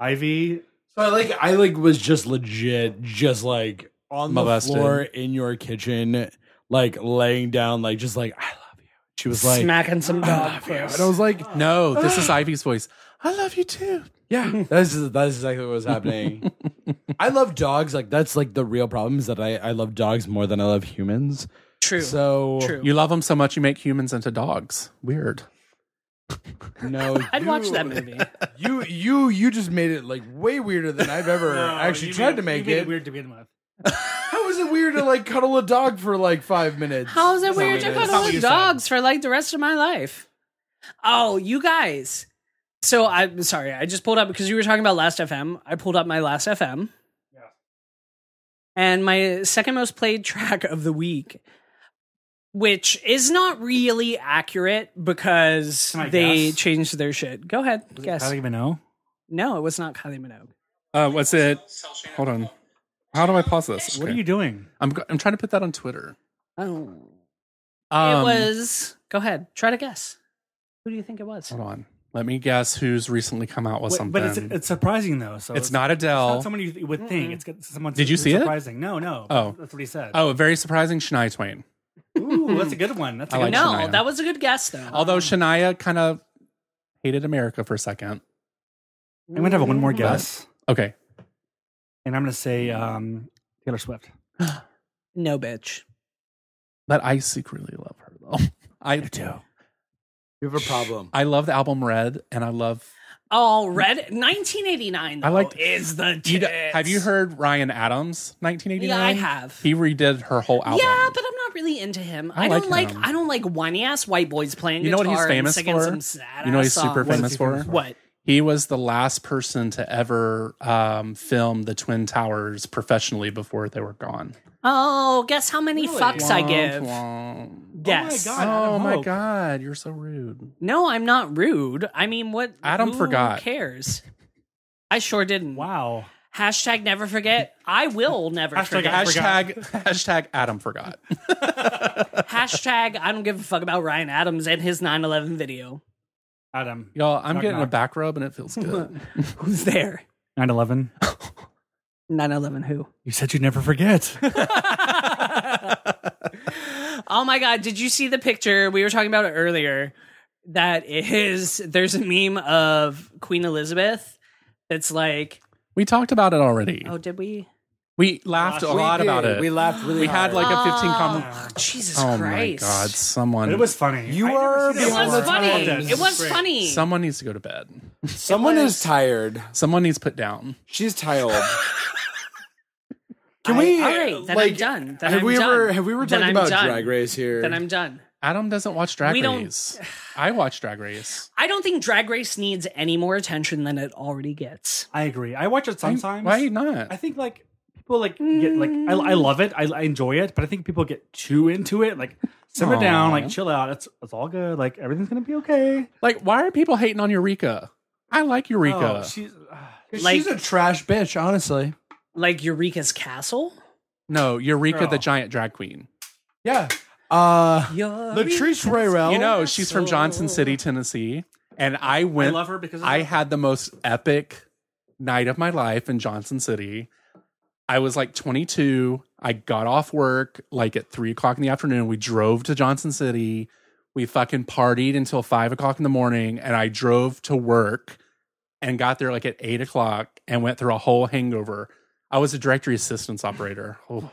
Ivy.
So I like I like was just legit, just like on
Molested.
the floor in your kitchen, like laying down, like just like I love you. She was like,
Smacking some
"Ah,
dog
and
first.
I was like,
(laughs)
No, this is Ivy's voice. I love you too.
(laughs)
yeah, that's that's exactly what was happening. I love dogs. Like that's like the real problem is that I I love dogs more than I love humans.
True.
So
True.
You love them so much you make humans into dogs. Weird.
no,
(laughs)
I'd
you-
watch that movie.
(laughs)
You you you just made it like way weirder than I've
(laughs)
ever actually
you made-
tried to
you
make
made
it.
weird to begin with.
(laughs) How is it weird to like cuddle a dog for like five minutes?
How is it weird
That's
to
not what
cuddle
you
with
said.
dogs for like the rest of my life? Oh, you guys. So I'm sorry, I just pulled up because you were talking about Last FM. I pulled up my Last FM. And my second most played (laughs) track of the week, which is not really accurate because
Can I
they
guess?
changed their shit. Go ahead, guess.
I don't even know.
no, it was not Kylie Minogue.
Uh, what's it? Hold on. How do I pause this?
What are
Okay.
you doing?
I'm, go- I'm trying to put that on Twitter.
Oh, it
Um,
was. Go ahead, try to guess. Who do you think it was?
Hold on. Let me guess who's recently come out with
Wait,
something.
but it's, it's surprising though. So
It's not Adele.
It's not someone you, th- you would think. It's, it's someone.
Did you
it's
see it?
surprising. No, no.
Oh.
that's what he said.
oh, very surprising. Shania Twain.
Ooh, that's a good one. That's a
I
good
like
one.
no,
Shania.
that was a good guess though.
Although Shania kind of hated America for a second.
I'm gonna have one more guess,
Okay.
and I'm gonna say um, Taylor Swift.
No, bitch.
But I secretly love her though. I do.
You have a problem.
I love the album Red and I love
Oh, red 1989. Though,
I liked-
is the
You d-
tits.
have you heard Ryan Adams 1989?
Yeah, I have.
He redid her whole album.
Yeah, but I'm not really into him. I,
I
don't
like
like
him.
I don't like whiny ass white boys playing.
You know what he's
guitar and
famous
singing
for?
Some sad
You know what he's
ass
super
songs.
famous for?
What?
he was the last person to ever um, film the Twin Towers professionally before they were gone.
Oh, guess how many fucks I give?
Womp womp.
Guess.
God.
Oh
Adam
my
Hope.
god, you're so rude.
No, I'm not rude. I mean, what?
Adam
who
forgot.
Cares? I sure didn't.
Wow.
Hashtag never forget. I will never
Hashtag
forget.
I forgot. (laughs)
Hashtag hashtag Adam forgot.
Hashtag I don't give a fuck about Ryan Adams and his 9/11 video.
Adam.
Y'all, I'm
Knock,
getting a
knock.
back rub and it feels good.
Who's there?
9/11.
9/11 who?
You said you'd never forget.
Oh my god, did you see the picture we were talking about it earlier? That is there's a meme of Queen Elizabeth that's like,
we talked about it already.
oh, did we?
We laughed a lot about it.
We laughed really.
We had like a 15 comment.
Oh, Jesus
Oh my
Christ.
god, someone
(laughs) it was funny.
You
I never
are
seen
It
that
beyond
was
before.
the
funny.
times.
It was funny.
someone needs to go to bed.
someone is tired.
Someone needs put down.
She's tired.
(laughs)
I-
Can we?
all right, then I'm done. Then
have
I'm
we
done.
ever have we ever
Then
talked
I'm
about
done.
Drag Race here?
Then I'm done.
Adam doesn't watch Drag
We don't-
Race. I watch Drag Race.
I don't think Drag Race needs any more attention than it already gets.
I agree. I watch it sometimes.
Why not?
I think like people like get like I, I
Mm.
love it. I, I enjoy it, but I think people get too into it. Like simmer down, like chill out. It's it's all good. Like everything's gonna be okay.
Like, why are people hating on Eureka? I like Eureka.
Oh, she's ah,
Like-
She's a trash bitch, honestly.
Like Eureka's Castle?
no, Eureka,
Girl.
the giant drag queen.
Yeah. Uh, Latrice
Eureka's-
Rayrell.
you know, she's from
so-
Johnson City, Tennessee, and I
Oh I
went.
love her because of
I
that.
had the most epic night of my life in Johnson City. I was like 22. I got off work like at three o'clock in the afternoon. We drove to Johnson City. We fucking partied until five o'clock in the morning. And I drove to work and got there like at eight o'clock and went through a whole hangover. I was a directory assistance operator. Oh,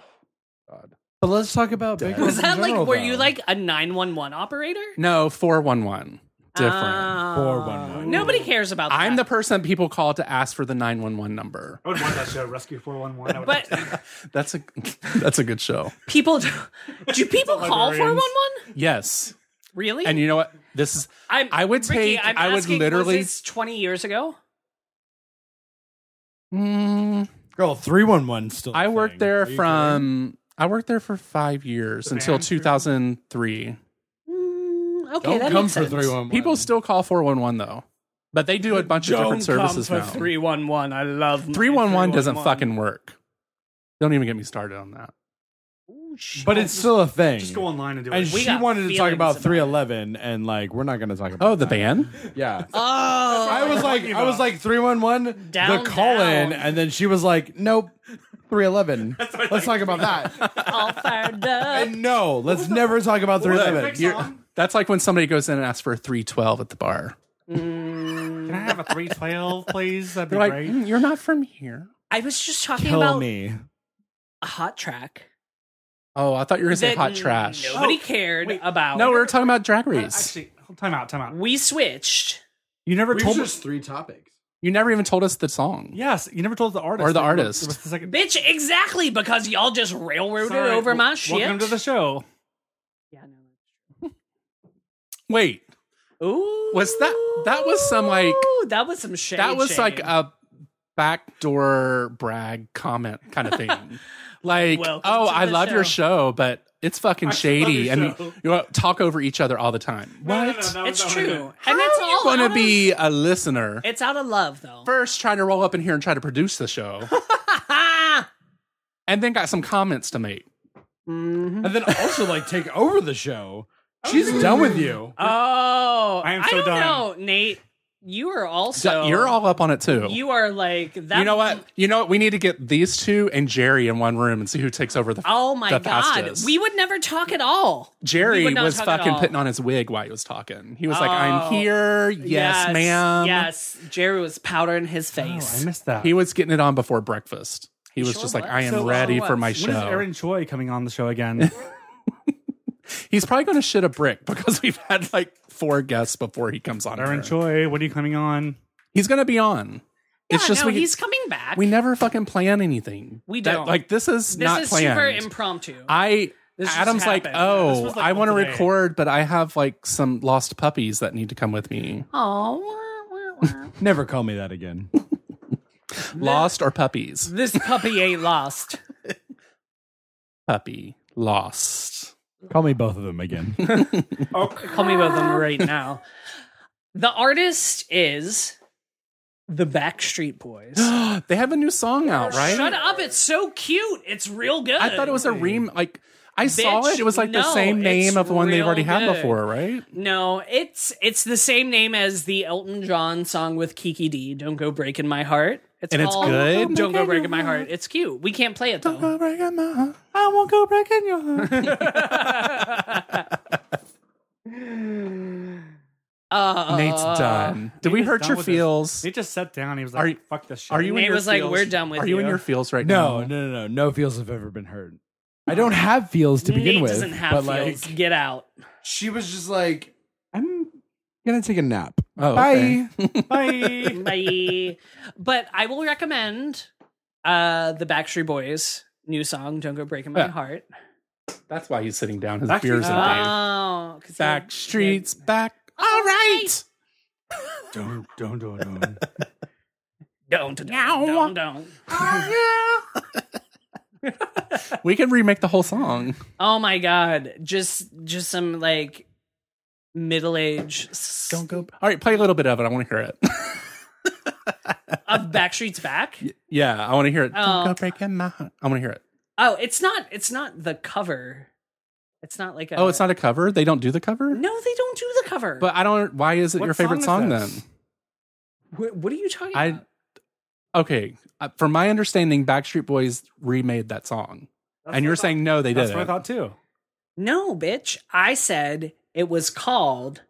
But let's talk about Big
Was that like, were you like a 911 operator?
no, 411. Different.
Oh.
Four one one.
Nobody cares about that.
I'm the person people call to ask for the 911 number.
I would watch that show, Rescue Four One One.
But
That's a (laughs) that's a good show.
people
(laughs)
do, do people call four one one?
Yes.
Really?
And you know what? This is
I'm,
I would
Ricky,
take-
I'm
I would
asking, was
literally-
this twenty years ago.
Mm,
Girl, 311 's still. a
I
thing.
worked there
Are you
from I worked there for five years until 2003.
Mm, okay,
kidding?
that
Don't come
makes
for
sense.
311.
People still call 411 though, but they do a bunch of different services now.
Three one one. I love
311 doesn't fucking work. Don't even get me started on that.
But it's still a thing.
Just go online and do
and
it.
We
she
got
wanted to talk
feelings
about
about
311, and like we're not going to talk about.
Oh, the ban?
that. yeah.
(laughs) Oh,
I was like, I was like 311,
Down,
the call in,
down.
and then she was like, nope, (laughs) 311. Let's talk about that.
all fired up.
and no, let's never talk about 311.
You're- that's like when somebody goes in and asks for a 312 at the bar.
(laughs) Can I have a 312, please? That'd be
They're like,
great.
"Mm, you're not from here.
(laughs) I was just talking
Kill
about
me.
a hot track.
Oh, I thought you were going to say
that
hot trash.
Nobody cared about.
No, we were talking about drag
Uh,
race.
Actually, time out, time out.
we switched.
You never told us.
three topics.
You never even told us the song.
Yes, you never told the artist.
Or
It
the
was-
artist.
it was the second-
Bitch, exactly because y'all just railroaded
Sorry,
over my
w-
shit.
Welcome to the show.
yeah, no.
Wait,
Ooh,
was that that was some like
Ooh, that was some shit.
that was like a backdoor brag comment kind of
(laughs)
thing. like,
Welcome
oh,
to
I
the
love your
show."
show, but it's fucking shady,
your
and
show.
you, you talk over each other all the time.
No, Oh,
What?
no, no, that was
It's
not what I
true,
meant.
and that's
How
all
you going
out
to
of-
be a listener?
It's out of love, though.
First, trying to roll up in here and try to produce
(laughs)
the show,
Ah!
and then got some comments to make.
Mhm.
And then also like take over the (laughs) show.
Oh,
She's done with you.
Oh,
I am so
don't
done.
know, Nate. You are also.
You're all up on it too.
You are like that.
you know what? You know what? We need to get these two and Jerry in one room and see who takes over the.
Oh my
the
god,
fastest.
we would never talk at all. we
Jerry
would not
was
talk at
fucking
all.
putting on his wig while he was talking. He was like,
Oh.
"I'm here, yes, ma'am."
Yes, Jerry was powdering his
Oh, I
face.
missed that.
He was getting it on before breakfast. He was
sure
just like,
was.
"I am
So, uh,
ready for
what-
my
what is
When is
show."
Aaron Choi coming on the show
(laughs)
again?
He's probably going to shit a brick (laughs) because we've had like four guests before he comes on.
Aaron
here.
Choi, when are you coming on?
He's going to be on. it's
Yeah,
just
no,
we,
he's coming back.
we never fucking plan anything.
We
That-
don't.
like this is
this
not
is
planned.
super impromptu.
I
This just
Adam's like,
happened.
oh,
This was, like,
I want to
today."
record, but I have like some lost puppies that need to come with me.
Oh,
Never call me that again.
Lost or puppies?
this puppy
(laughs)
ain't lost.
Puppy lost.
call me both of them
(laughs)
again.
Oh,
Call me about them right now. The artist is the Backstreet
(gasps)
Boys. (gasps)
they have a new song out, right?
Shut up! It's so cute. It's real good.
I thought it was a ream. Like I saw
Bitch,
it. It was like
no,
the same name
it's
of the one they've
real
already had
good.
before, right?
No, it's it's the same name as the Elton John song with Kiki D. Don't go breaking my heart. It's
And it's
called
good?
Don't go breaking my heart. It's cute. We can't play it though.
I won't go breaking your
(laughs)
Uh,
Nate's done. Did we
Nate is
hurt
done
your
with this.
feels?
He just sat down. He was
Are
like,
you-
"Fuck this shit."
Are you? in
Nate
your
was like,
feels?
"We're done with
Are you, in
you."
your feels right
No,
now?
no, no, no. No feels have ever been hurt. I don't have feels to begin
Nate
with.
doesn't have
but
feels.
like
Get
(laughs)
out.
she was just like, I'm gonna take a nap.
Oh,
Bye.
okay.
Bye.
Bye. but I will recommend uh the Backstreet Boys new song "Don't Go Breaking My
Yeah.
Heart."
That's why he's sitting down. His
Backstreet-
beers in uh,
Oh, 'cause he-
back streets back. All right.
don't, don't, don't, don't.
Don't don't don't. don't.
(laughs) we can remake the whole song.
Oh my god! Just just some like middle age
Don't go. All right, play a little bit of it. I want to hear it. (laughs)
of Backstreet's Back.
yeah, I want to hear it.
Oh.
Don't go breaking my heart. I want to hear it.
Oh, it's not. It's not the cover. It's not like a.
Oh, it's not a cover. They don't do the cover.
No, they don't do the cover.
But I don't. Why is it
What
your favorite
song
song,
is
then?
this?
Wh- what are you talking
I
about?
okay. Uh, from my understanding, Backstreet Boys remade that song, and you're saying no, they
that's
didn't.
what I thought too.
No, bitch. I said it was called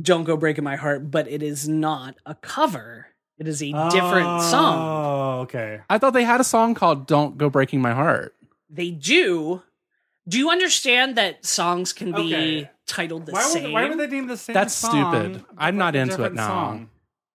"Don't Go Breaking My Heart," but it is not a cover. It is a different song.
Oh, okay.
I thought they had a song called "Don't Go Breaking My Heart."
They do. Do you understand that songs can be
Okay.
titled the
Why would,
same?
why would they name the same?
That's
song,
stupid.
but
I'm not
a
into it
different
now.
song?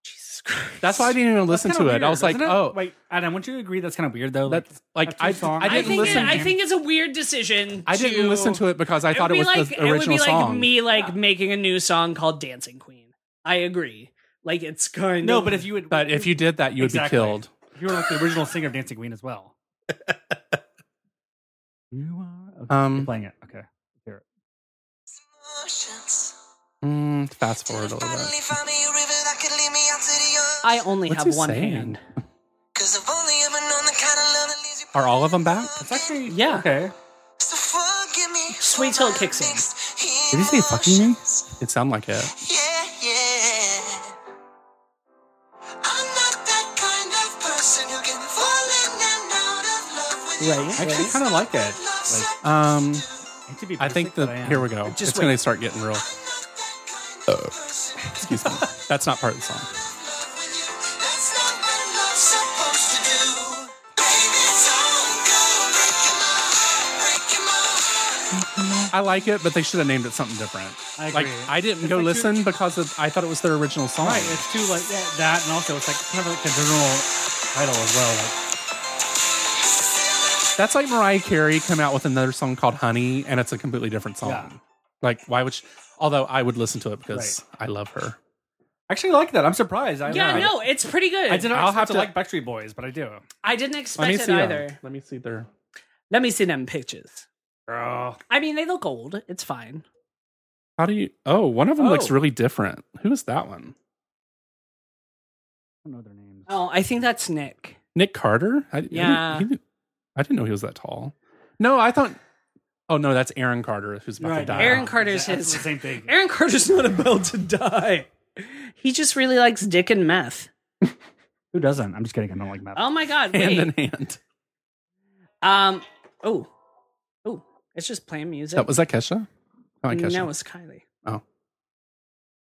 Jesus Christ.
That's why I didn't even
That's
listen to
kinda
it.
weird,
I was like,
isn't it?
oh,
wait, Adam, wouldn't you agree that's kind of weird though? Like,
that's like
That's
I,
your song. I
I
I
didn't
think,
listen.
it, I think it's a weird decision.
I didn't
to-
listen to it because I thought
would
it
be
was
like,
the
It would
original
be like
song.
me like making a new song called "Dancing Queen." I agree. Like it's kind
no,
of
but if you would,
But if you did that, you would
Exactly.
be killed.
You were like the original singer of Dancing Queen as well.
(laughs)
you are okay,
Um,
you're playing it. Okay.
Mm, fast forward a little bit.
I only
What's
have
he
one
saying?
hand.
Are all of them back?
It's actually
Yeah.
Okay.
Sweet till it kicks in.
Did he say fucking me? It sounded like it.
Yeah, yeah. I'm not that kind of person who can fall in and out of love with you.
Right.
I actually
right.
kind of like it.
Like,
Um,
Hate to be
I think
basic, but
the
I am.
here we go.
Just
it's
wait.
going to start getting real. uh, Excuse me. That's not part of the song.
That's not what love's supposed to do. Baby, don't go breaking my heart, breaking my heart.
I like it, but they should have named it something different.
I
Like
agree.
I didn't go
like
listen because of, I thought it was their original song.
Right, it's too like that, that, and also it's like kind of like the general title as well. Like,
That's like Mariah Carey come out with another song called Honey, and it's a completely different song.
Yeah.
Like why would? She, although I would listen to it because I love her.
I actually like that. I'm surprised. I,
Yeah,
I,
no, it's pretty good.
I did not
I'll
expect
have
to,
to-
like Backstreet Boys, but I do.
I didn't expect
Let me
it
see. um,
either.
Let me see their.
Let me see them pictures.
Girl.
I mean, they look old. It's fine.
How do you? Oh, one of them looks
Oh.
really different. Who is that one?
I don't know their names.
Oh, I think that's Nick.
Nick Carter? I, I didn't-
Yeah.
he didn't- I didn't know he was that tall. No, I thought. Oh no, that's Aaron Carter who's about to die. Oh.
Aaron Carter's
That's
his-
the same thing.
(laughs)
Aaron Carter's not about to die. He just really likes dick and meth.
Who doesn't? I'm just kidding. I don't like that.
Oh my
(laughs)
god! Wait.
hand in hand.
um. Oh. Oh. It's just playing music.
That was that Kesha. Oh, Kesha.
No, it's Kylie.
Oh.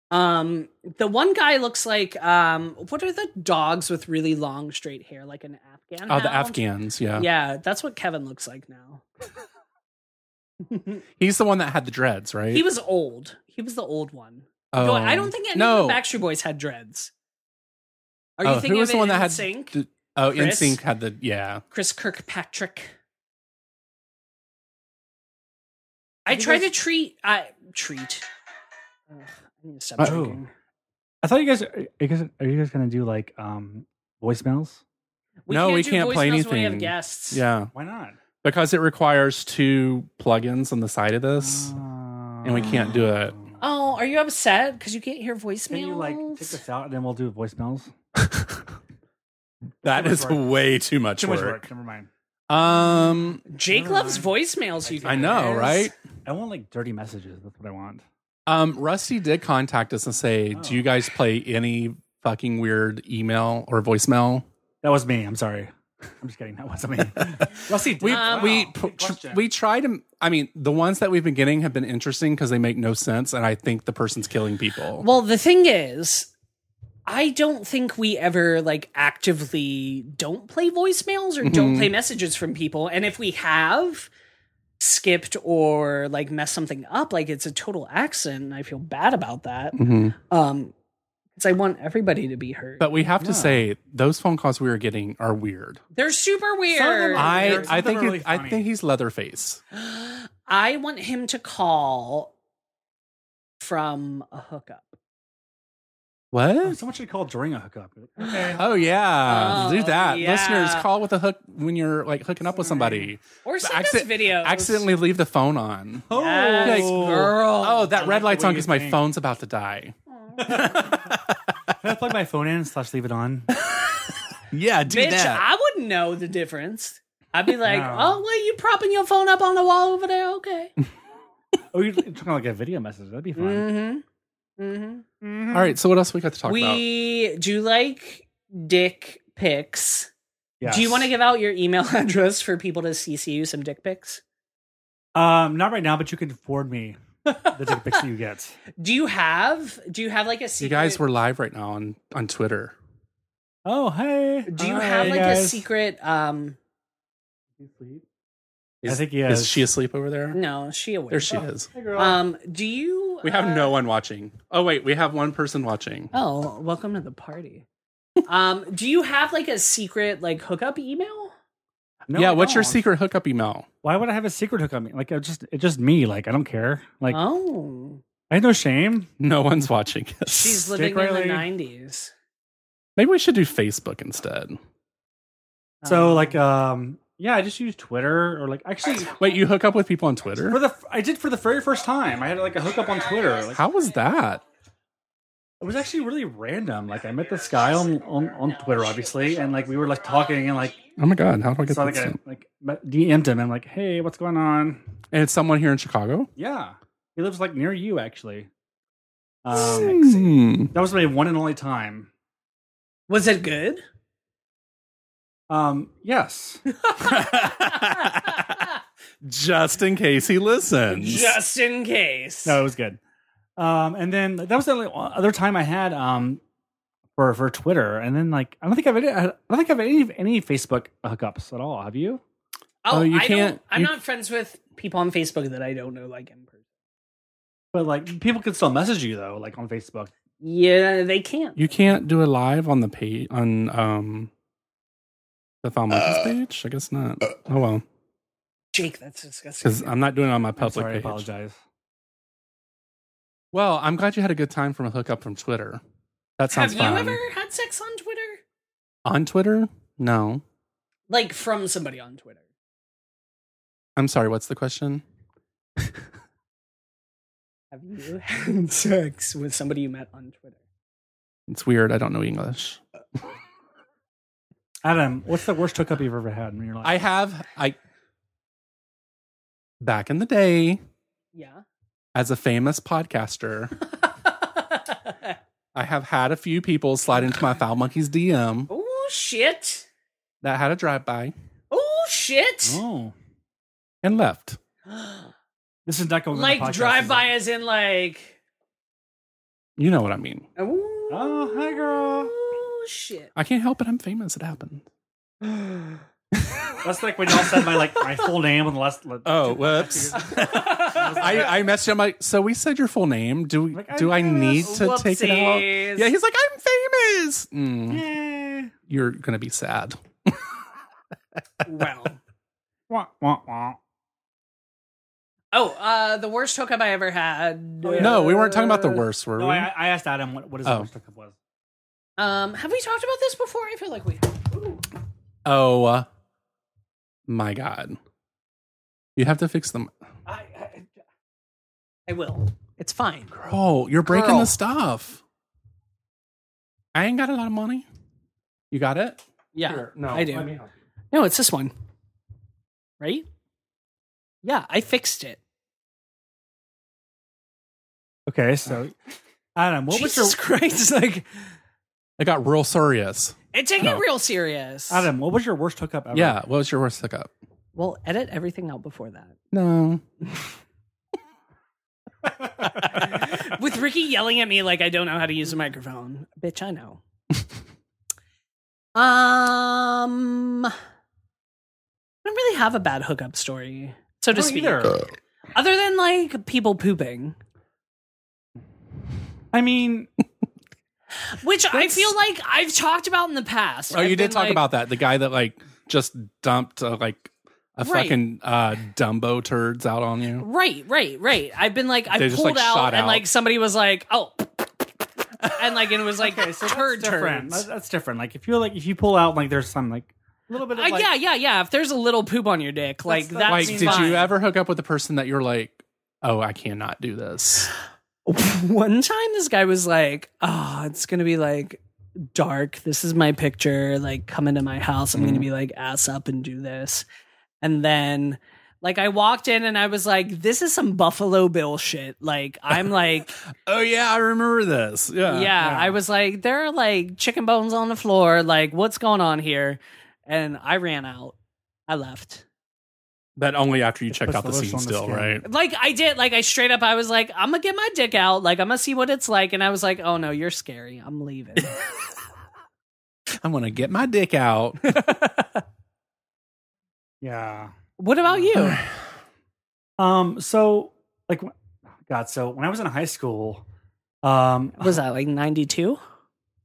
Um, the one guy looks like um, what are the dogs with really long straight hair, like an Afghan?
oh, the
hound?
Afghans. Yeah.
Yeah, that's what Kevin looks like now. (laughs)
he's the one that had the dreads, right?
He was old. He was the old one.
Oh.
No, I don't think any
no.
of the Backstreet Boys had dreads. Are
Oh,
you thinking
who was
of
the one
it
that had
NSYNC?
the- oh,
Chris?
NSYNC had the yeah.
Chris Kirkpatrick.
I
I
think
try to
that's-
treat. I treat. Ugh, I need to stop
Oh.
drinking.
I thought you guys are you guys, are you guys gonna do like um voicemails?
No, we
do
can't play
voicemails When we
anything.
have guests.
Yeah.
Why not?
Because it requires two plugins on the side of this.
and
we can't do it.
Oh, are you upset because you can't hear voicemails?
Can you like take this out and then we'll do voicemails?
that
Too much
is
work.
way too much,
Too much
work.
work. Never mind.
Um
Jake loves voicemails. You
I
guys.
know, right?
I want like dirty messages. That's what I want.
Um, Rusty did contact us and say, "Do
Oh.
you guys play any fucking weird email or voicemail?"
That was me. I'm sorry. (laughs) I'm just kidding. That
(laughs)
wasn't me. Rusty,
We
Um,
we
wow.
p-
Good question.
we try to. I mean, the ones that we've been getting have been interesting because they make no sense, and I think the person's killing people.
Well, the thing is, I don't think we ever like actively don't play voicemails or don't play messages from people. And if we have skipped or like messed something up, like it's a total accident. And I feel bad about that.
Mhm.
Um, because I want everybody to be heard.
But we have to say those phone calls we are getting are weird.
They're super
Some of them
weird.
are
I,
I
weird. Some
I
of them
think
are
it-
really
I
funny.
think he's Leatherface.
want him to call from a hookup.
Oh,
What?
someone should call during a hookup. Okay.
Oh yeah,
Oh,
do that,
yeah.
listeners. Call with a hook when you're like hooking up with somebody.
Or send us
Accident-
videos.
Accidentally leave the phone on.
Oh,
Yes, girl.
Oh, that red light's
way
on
you
because my
think.
phone's about to die.
Can I plug my phone in slash leave it on?
(laughs) Yeah, do
Bitch, I wouldn't know the difference. I'd be like,
No.
oh, well, you propping your phone up on the wall over there?
(laughs)
Okay.
(laughs) Oh, you're talking like a video message. That'd be fun.
mm-hmm. Mm-hmm.
All right, so what else we got to talk about?
We do like dick pics.
Yes.
Do you want to give out your email (laughs) address for people to CC you some dick pics?
Um, not right now, but you can forward me the dick pics that you get.
Do you have? Do you have like a secret?
You guys were live right now on on Twitter.
Oh, hey.
Do you
Hi,
have like a
guys.
secret? Um,
I think he
Is
is.
she asleep over there?
no, she awake.
There she is.
Um, do you?
We have
uh,
no one watching. Oh wait, we have one person watching.
Oh, welcome to the party. um, do you have like a secret like hookup email?
No,
yeah,
I
what's your
don't.
secret hookup email?
Why would I have a secret hook on me? Like, I just it's just me. Like, I don't care. Like,
oh,
I have no shame.
No one's watching. (laughs) us.
she's
Jake
living in
Riley.
the '90s.
Maybe we should do Facebook instead.
Oh.
So like um yeah, I just use Twitter or like actually
Wait, you hook up with people on Twitter?
for the I did for the very first time. I had like a hookup on Twitter. Like
How was that?
it was actually really random. Like I met this guy on on, on Twitter obviously and like we were like talking and like
Oh my god, how do I get
so
that?
like I
sent?
like met- DM'd him and like, "Hey, what's going on?"
And it's someone here in Chicago.
Yeah. He lives like near you actually. Um,
Hmm.
that was my one and only time.
Was it good?
Um, yes.
Just in case he listens.
Just in case.
No, it was good. Um, and then that was the only other time I had um for for Twitter. And then like I don't think I've any, I don't think I've any any Facebook hookups at all. Have you?
Oh,
Oh, you
I Don't,
can't-
I'm
you-
not friends with people on Facebook that I don't know like in person.
But like people can still message you though, like on Facebook.
Yeah, they can't.
You can't do a live on the page on um the Foul Monkeys page. I guess not. oh well,
Jake, that's disgusting.
because I'm not doing it on my
I'm
public
sorry, I
page.
apologize.
Well, I'm glad you had a good time from a hookup from Twitter. That sounds
Have
fun.
you ever had sex on Twitter?
on Twitter? No.
Like from somebody on Twitter.
I'm sorry. What's the question?
Have you (laughs) had sex with somebody you met on Twitter?
It's weird. I don't know English.
Adam, what's the worst hookup you've ever had in your life?
I have I back in the day
Yeah. (laughs)
as a famous podcaster. I have had a few people slide into my Foul Monkeys DM
oh shit.
that had a drive by
Oh shit. (gasps)
oh,
and left.
this is not going on the podcast,
like drive by
is
as in like
You know what I mean.
it?
oh,
Ah.
Oh, hi girl.
oh shit.
I can't help it. I'm famous. It happened.
That's like when y'all said my like my full name on the last. (laughs)
Oh, whoops. I, I messaged him like, so we said your full name. Do we,
Like, I
do I
guess.
need to take it out?
Whoopsies.
(laughs) Yeah, he's like, I'm famous. Mm,
Yeah.
You're gonna be sad.
well.
Wah, wah, wah.
Oh, uh the worst hookup I ever had.
Oh, yeah.
No, we weren't talking about the worst, were
No,
we?
I, I asked Adam what what his
Oh.
worst hookup was.
Um have we talked about this before? I feel like we
oh uh, my god. You have to fix them.
I I, I will. It's fine.
Oh, you're breaking
Girl.
the stuff. I ain't got a lot of money. You got it?
Yeah.
Here, no,
I do.
let me help you.
No, it's this one. Right? Yeah, I fixed it.
Okay, so Adam, what
Jesus
was
(laughs) Christ,
(laughs)
like
I got real serious.
and take
No.
it real serious.
your Adam? What was your worst hookup ever?
Yeah. What was your worst hookup?
Well, edit everything out before that.
No.
With Ricky yelling at me like I don't know how to use a microphone. Bitch, I know. (laughs) um I don't really have a bad hookup story. So to
I don't
speak.
Uh.
either.
Other than like people pooping.
I mean,
Which I feel like I've talked about in the past.
Oh, you
I've
did
been
talk
like-
about that. The guy that like just dumped uh, like a
Right.
fucking uh, Dumbo turds out on you.
Right, right, right. I've been like I
They
pulled
just, like,
out
shot
and
out.
like somebody was like, oh, and like and it was like turd
that's different. That-
turds.
That's different. Like if you like if you pull out like there's some like a little bit of
Uh,
like,
yeah, yeah, yeah. If there's a little poop on your dick, like
the-
that's
Like, did
fine.
you ever hook up with a person that you're like, oh, I cannot
(sighs)
do this?
(laughs) One time, this guy was like, "Oh, it's gonna be like dark. This is my picture. Like, come into my house. I'm gonna be like ass up and do this." And then, like, I walked in and I was like, "This is some Buffalo Bill shit." Like, I'm like.
Oh yeah, I remember this. Yeah,
yeah, I was like, there are like chicken bones on the floor. Like, what's going on here? And I ran out. I left.
But only after you checked
puts
out the
the lotion
scene,
on the
still,
skin.
right?
Like, I did. Like, I straight up, I was like, I'm gonna get my dick out. Like, I'm gonna see what it's like. And I was like, oh no, you're scary. I'm leaving.
I'm gonna get my
(laughs)
dick out.
yeah.
what about you?
Um. So like, wh- oh God. So when I was in high school, um,
Was that like 92?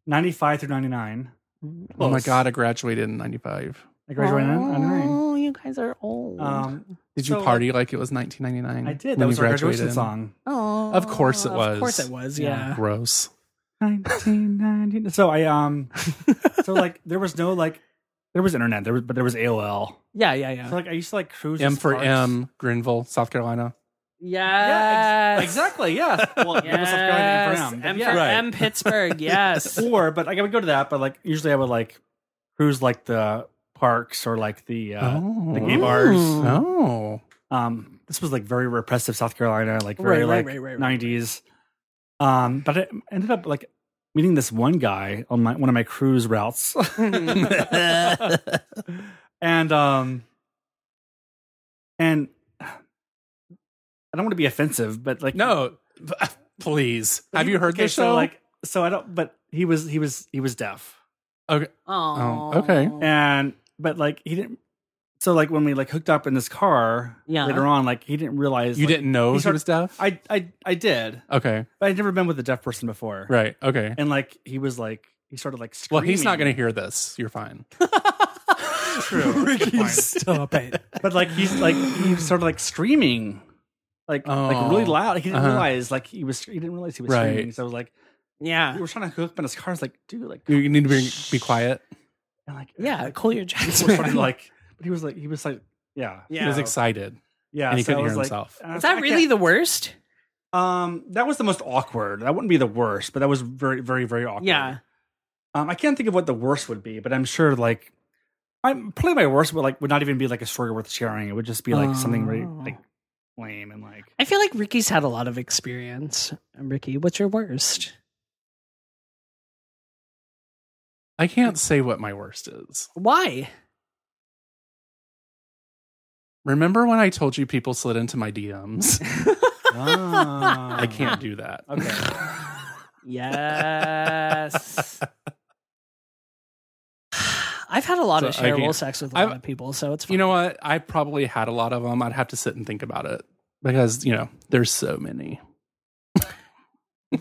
ninety five through ninety nine,
Oh my
Close.
god, I graduated in '95.
I graduated in ninety nine.
Oh, you guys are old.
Um,
Did you
So,
party like it was 1999?
I did.
when
That
you
was our graduation
graduated?
song.
oh,
Of course it was.
Of course it was. Yeah.
Gross. (laughs)
Nineteen ninety. So I um. so like there was no like There was internet, there was, but there was AOL.
Yeah, yeah, yeah.
So like I used to like cruise
M
these
for
parks.
M, Greenville, South Carolina.
Yeah,
yes.
ex- exactly. Yes. Well, it was South Carolina M for M, but
M
yeah.
for
Right.
M
(laughs)
Pittsburgh. Yes.
or but like I would go to that, but like usually I would like cruise like the parks or like the uh, the gay bars.
Oh.
Um, this was like very repressive South Carolina, like very
Right, right,
like
right, right, right.
nineties. Um, but I ended up like meeting this one guy on my one of my cruise routes, (laughs) and um, and I don't want to be offensive, but like
No, (laughs) please. Have
he-
you heard
okay,
this
so,
show?
Like so, I don't. But he was he was he was deaf.
okay.
Aw.
Oh, okay.
and but like he didn't so like when we like hooked up in this car
Yeah.
later on like he didn't realize
You
like-
didn't know
he
he,
started-
was deaf?
I, I i did
okay.
but i'd never been with a deaf person before
Right. Okay.
and like he was like he started like
Well,
screaming.
he's not going to hear this.
(laughs)
You're fine.
true Fine.
(laughs) Stop it.
but like he's like he started like screaming like
Oh.
like really loud he didn't
Uh-huh.
realize like he was he didn't realize he was
Right.
screaming so I was like we
Yeah.
were trying to hook up in his car it's like dude like
(laughs) You need to be, be quiet.
and, like
Yeah.
(laughs)
Cool your jets.
we were trying to, like but he was like he was like yeah
Yeah.
He was excited.
yeah
And he
so I
couldn't hear
was, like-
himself.
and I
Is
was
that
like, I
really the worst?
Um, that was the most awkward. That wouldn't be the worst, but that was very, very, very awkward.
Yeah.
Um, I can't think of what the worst would be, but I'm sure like I'm probably my worst would like would not even be like a story worth sharing. It would just be like something really
Oh.
like lame and like
I feel like Ricky's had a lot of experience. Ricky, what's your worst?
I can't say what my worst is.
Why?
Remember when I told you people slid into
(laughs)
my DMs? I
I
can't do that.
Okay.
(laughs)
Yes. I've had a lot of
So I can't-
shareable sex with a lot
I've-
of people, so it's fine.
(laughs) You know what? I probably had a lot of them. I'd have to sit and think about it because, you know, there's so many.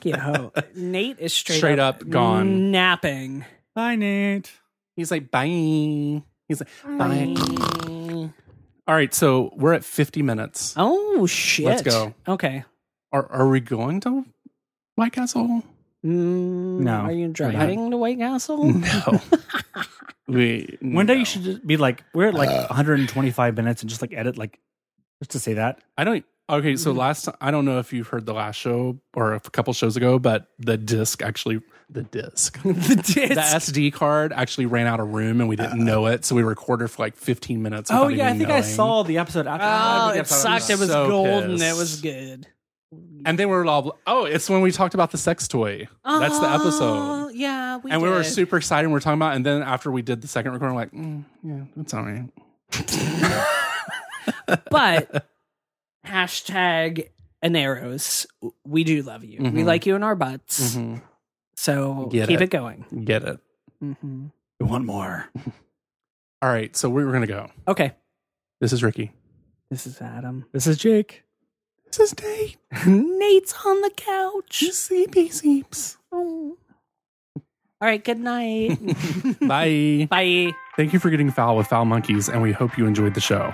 Yo,
(laughs)
Nate is straight,
Straight up gone.
napping.
Bye, Nate.
He's like, bye. He's like, bye. All right. So we're at 50 minutes.
Oh shit!
Let's go.
Okay.
Are, are we going to White Castle?
Mm,
No,
Are
we're
you
not.
driving to White
(laughs)
Castle? Oh,
No. we,
One day
no.
you should just be like we're at like 125 minutes and just like edit like just to say that.
I don't. Okay,
Mm-hmm.
so last time, I don't know if you've heard the last show or a couple shows ago, but the disc actually, the
(laughs)
disc,
the disc.
the SD card actually ran out of room and we didn't know it. So we recorded for like 15 minutes.
Oh
without
yeah, I
even
think I
knowing.
saw the episode after. I
Oh,
think I
it
saw
sucked. It was
So
golden. It
pissed.
was good.
And they were all, oh, it's when we talked about the sex toy. That's the
Oh,
Uh-huh.
episode.
Yeah, we
and we were
did.
super (laughs) excited. and We are talking about, and then after we did the second recording, we're like, mm, yeah, that's all right.
But hashtag Aneros, we do love you. We
Mhm.
like you in our
Mm-hmm.
butts.
Mm-hmm.
So
Get
keep it,
it.
going.
Get it.
hmm
We want more.
All right, so we were gonna go.
Okay.
This is Ricky.
This is Adam.
This is Jake.
This is Nate.
Nate's on the couch.
Sleepy sleeps.
Oh. All right. Good night.
(laughs) Bye.
(laughs) Bye.
Thank you for getting foul with Foul Monkeys, and we hope you enjoyed the show.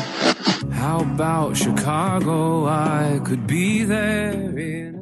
How about Chicago? I could be there in a